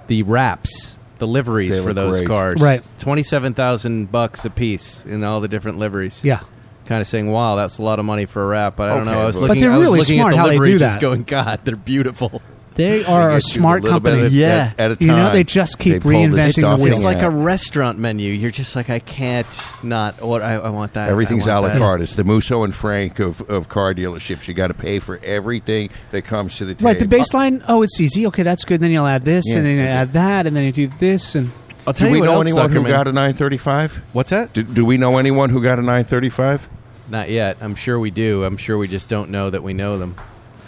H: the wraps, the liveries
E: They
H: for
E: were
H: those
E: great.
H: cars.
C: Right.
H: Twenty-seven thousand bucks a piece in all the different liveries.
C: Yeah.
H: Kind of saying, "Wow, that's a lot of money for a wrap." But I don't
E: Okay,
H: know. I was
E: but-
H: looking.
C: But they're
H: I was
C: really
H: looking
C: smart
H: at the
C: how they
H: livery
C: do
H: just
C: that.
H: Going, God,
E: <laughs>
H: they're beautiful.
C: They are a
E: Get you
C: smart
E: little bit
C: company.
E: at a-
H: Yeah.
E: at, at a time.
C: You know, they just keep
E: pull the
C: reinventing the
E: stuff
C: wheel.
E: in
H: It's like
E: there.
H: a restaurant menu. You're just like, I can't not. What I, I want that.
E: Everything's
H: I
E: a
H: want
E: la
H: that.
E: carte. It's the Musso and Frank of, of car dealerships. You got to pay for everything that comes to the table.
C: Right, the baseline. Oh, it's easy. Okay, that's good. Then you'll add this,
E: Yeah.
C: and then you add that, and then you do this, and
H: I'll
E: Do
H: tell
E: we
H: you what
E: know
H: else
E: anyone
H: sucker,
E: who
H: man.
E: got a 935?
H: What's that?
E: Do, do we know anyone who got a
H: <coughs>
E: 935?
H: Not yet. I'm sure we do. I'm sure we just don't know that we know them.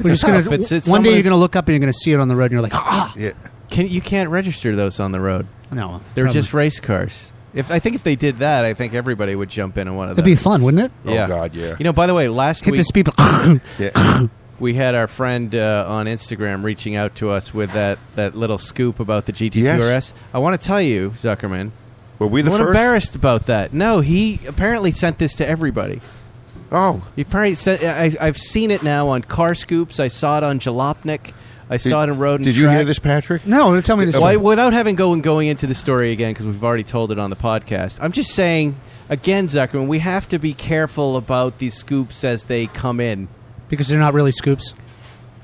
C: we're just gonna.
H: tough. It's- it's
C: one day you're
H: someone's-
C: gonna look up and you're gonna see it on the road, and you're like, ah,
E: Yeah.
H: Can you can't register those on the road?
C: no,
H: They're
C: probably.
H: just race cars. If I think if they did that, I think everybody would jump into one of them.
C: That'd be fun, wouldn't it?
H: yeah.
E: Oh, God, yeah.
H: You know, by the way, last
C: Hit
H: week
C: the speed. bump. <laughs>
H: <coughs>
E: Yeah.
H: we had our friend uh, on Instagram reaching out to us with that, that little scoop about the GT2
E: Yes.
H: RS. I want to tell you, Zuckerman,
E: Were we
H: I'm
E: the first?
H: embarrassed about that. No, he apparently sent this to everybody.
E: Oh.
H: He apparently sent. I, I've seen it now on Car Scoops. I saw it on Jalopnik. I saw it in Road and
E: Did you
H: Track.
E: hear this, Patrick?
C: no, tell me this.
H: Why,
C: story.
H: without having going going into the story again because we've already told it on the podcast. I'm just saying again, Zuckerman, we have to be careful about these scoops as they come in.
C: Because they're not really scoops.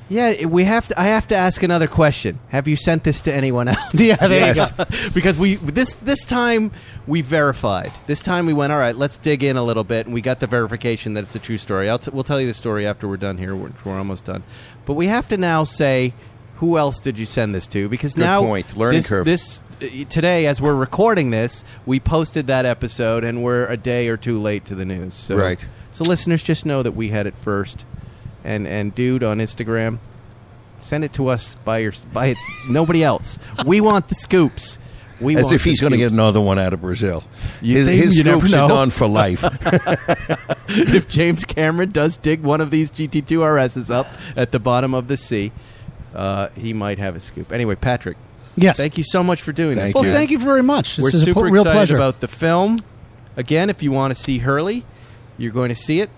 H: Yeah, it- we have to. I have to ask another question. Have you sent this to anyone else?
C: Yeah, there you
E: Yes.
C: go.
H: <laughs> because we this this time we verified. This time we went all right. Let's dig in a little bit, and we got the verification that it's a true story. I'll t- we'll tell you the story after we're done here. We're, we're almost done, but we have to now say who else did you send this to? Because
E: Good
H: now
E: point. Learning
H: this,
E: curve.
H: This uh, today, as we're recording this, we posted that episode, and we're a day or two late to the news. So,
E: Right.
H: So listeners, just know that we had it first, and and dude on Instagram send it to us by your by its nobody else. We want the scoops. We
E: As
H: want
E: if
H: the
E: he's going to get
H: scoops.
E: another one out of Brazil.
H: You
E: his
H: think-
E: his
H: you never
E: scoops are
H: know.
E: done
H: <laughs>
E: for life.
H: if James Cameron does dig one of these GT2 RSs up at the bottom of the sea, uh, he might have a scoop. Anyway, Patrick,
C: Yes.
H: thank you so much for doing
E: Thank
H: this.
C: well,
E: you.
C: thank you very much. This
H: We're
C: is a
H: super
C: pl- real
H: excited
C: pleasure.
H: about the film. Again, if you want to see Hurley, you're going to see it.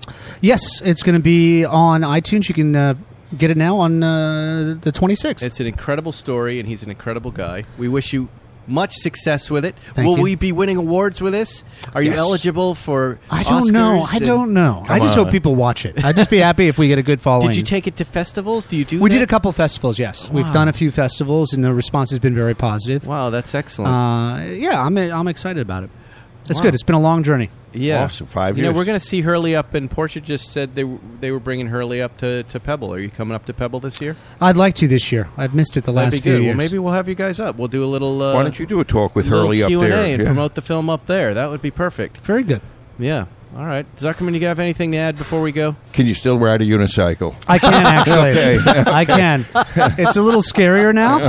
C: yes, it's going to be on iTunes. You can uh, get it now on uh, the 26th.
H: It's an incredible story, and he's an incredible guy. We wish you much success with it.
C: Thank
H: Will
C: you.
H: we be winning awards with this? Are you
E: Yes.
H: eligible for?
C: I don't know.
H: Oscars
C: I
H: and-
C: don't know. I just
E: on.
C: hope people watch it. I'd just be happy if we get a good following.
H: Did you take it to festivals? Do you do?
C: We
H: that?
C: did a couple festivals. Yes, we've done a few festivals, and the response has been very positive.
H: Wow, that's excellent.
C: Uh, yeah, I'm I'm excited about it. It's
H: Wow.
C: good. It's been a long journey.
H: yeah,
E: awesome. Oh, Five
H: You know,
E: years.
H: we're going to see Hurley up, and Portia just said they were, they were bringing Hurley up to, to Pebble. Are you coming up to Pebble this year?
C: I'd like to this year. I've missed it the
H: That'd
C: last
H: be
C: few
H: good.
C: years.
H: Well, maybe we'll have you guys up. We'll do a little. Uh,
E: Why don't you do a talk with
H: little
E: Hurley up
H: Q and
E: there?
H: A and
E: Yeah.
H: promote the film up there? That would be perfect.
C: very good.
H: Yeah. All right, Zuckerman, you have anything to add before we go?
E: Can you still ride a unicycle?
C: I <laughs> can actually. I
H: <laughs>
C: can. It's a little scarier now.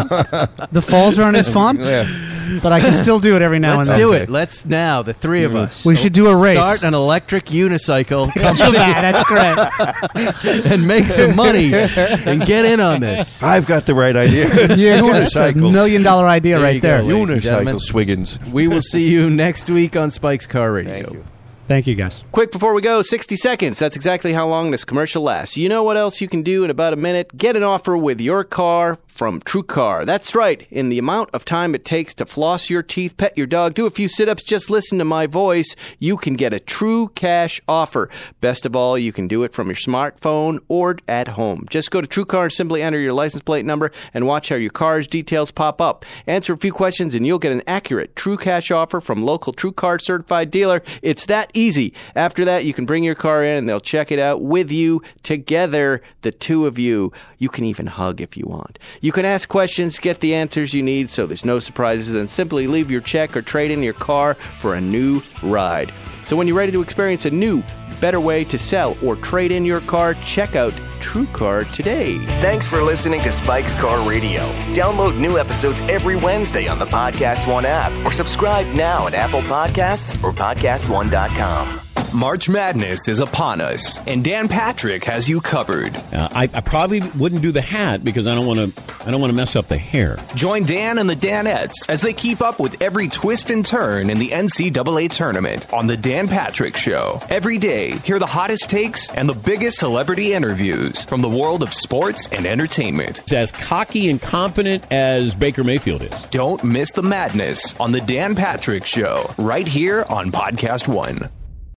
C: The falls aren't as fun, but I can still do it every now
H: Let's
C: and then.
H: do it. Let's now, the three
E: Mm.
H: of us.
C: We should do a race.
H: Start an electric unicycle <laughs>
C: Come <laughs> back. That's great.
H: and make
C: <laughs>
H: some money and get in on this.
E: I've got the right
H: <laughs>
E: idea. <laughs>
C: Yeah, that's a
E: Unicycles.
C: million dollar idea
H: There you
C: right
H: go.
C: there.
H: Ladies and
E: Unicycle
H: gentlemen.
E: Swiggins.
H: We will see you next week on Spike's Car Radio.
E: Thank you.
C: Thank you, guys.
H: Quick before we go, 60 seconds. That's exactly how long this commercial lasts. You know what else you can do in about a minute? Get an offer with your car from True Car. That's right. In the amount of time it takes to floss your teeth, pet your dog, do a few sit ups, just listen to my voice, you can get a true cash offer. Best of all, you can do it from your smartphone or at home. Just go to True Car and simply enter your license plate number and watch how your car's details pop up. Answer a few questions and you'll get an accurate true cash offer from local True Car certified dealer. It's that easy. After that, you can bring your car in and they'll check it out with you together, the two of you. You can even hug if you want. You can ask questions, get the answers you need so there's no surprises, then simply leave your check or trade in your car for a new ride. So when you're ready to experience a new, better way to sell or trade in your car, check out True Car today.
B: Thanks for listening to Spike's Car Radio. Download new episodes every Wednesday on the Podcast One app or subscribe now at Apple Podcasts or PodcastOne.com.
I: March Madness is upon us, and Dan Patrick has you covered.
J: Uh, I, I probably wouldn't do the hat because I don't want to. I don't want to mess up the hair.
I: Join Dan and the Danettes as they keep up with every twist and turn in the NCAA tournament on The Dan Patrick Show. Every day, hear the hottest takes and the biggest celebrity interviews from the world of sports and entertainment.
J: As cocky and confident as Baker Mayfield is.
I: Don't miss the madness on The Dan Patrick Show, right here on Podcast One.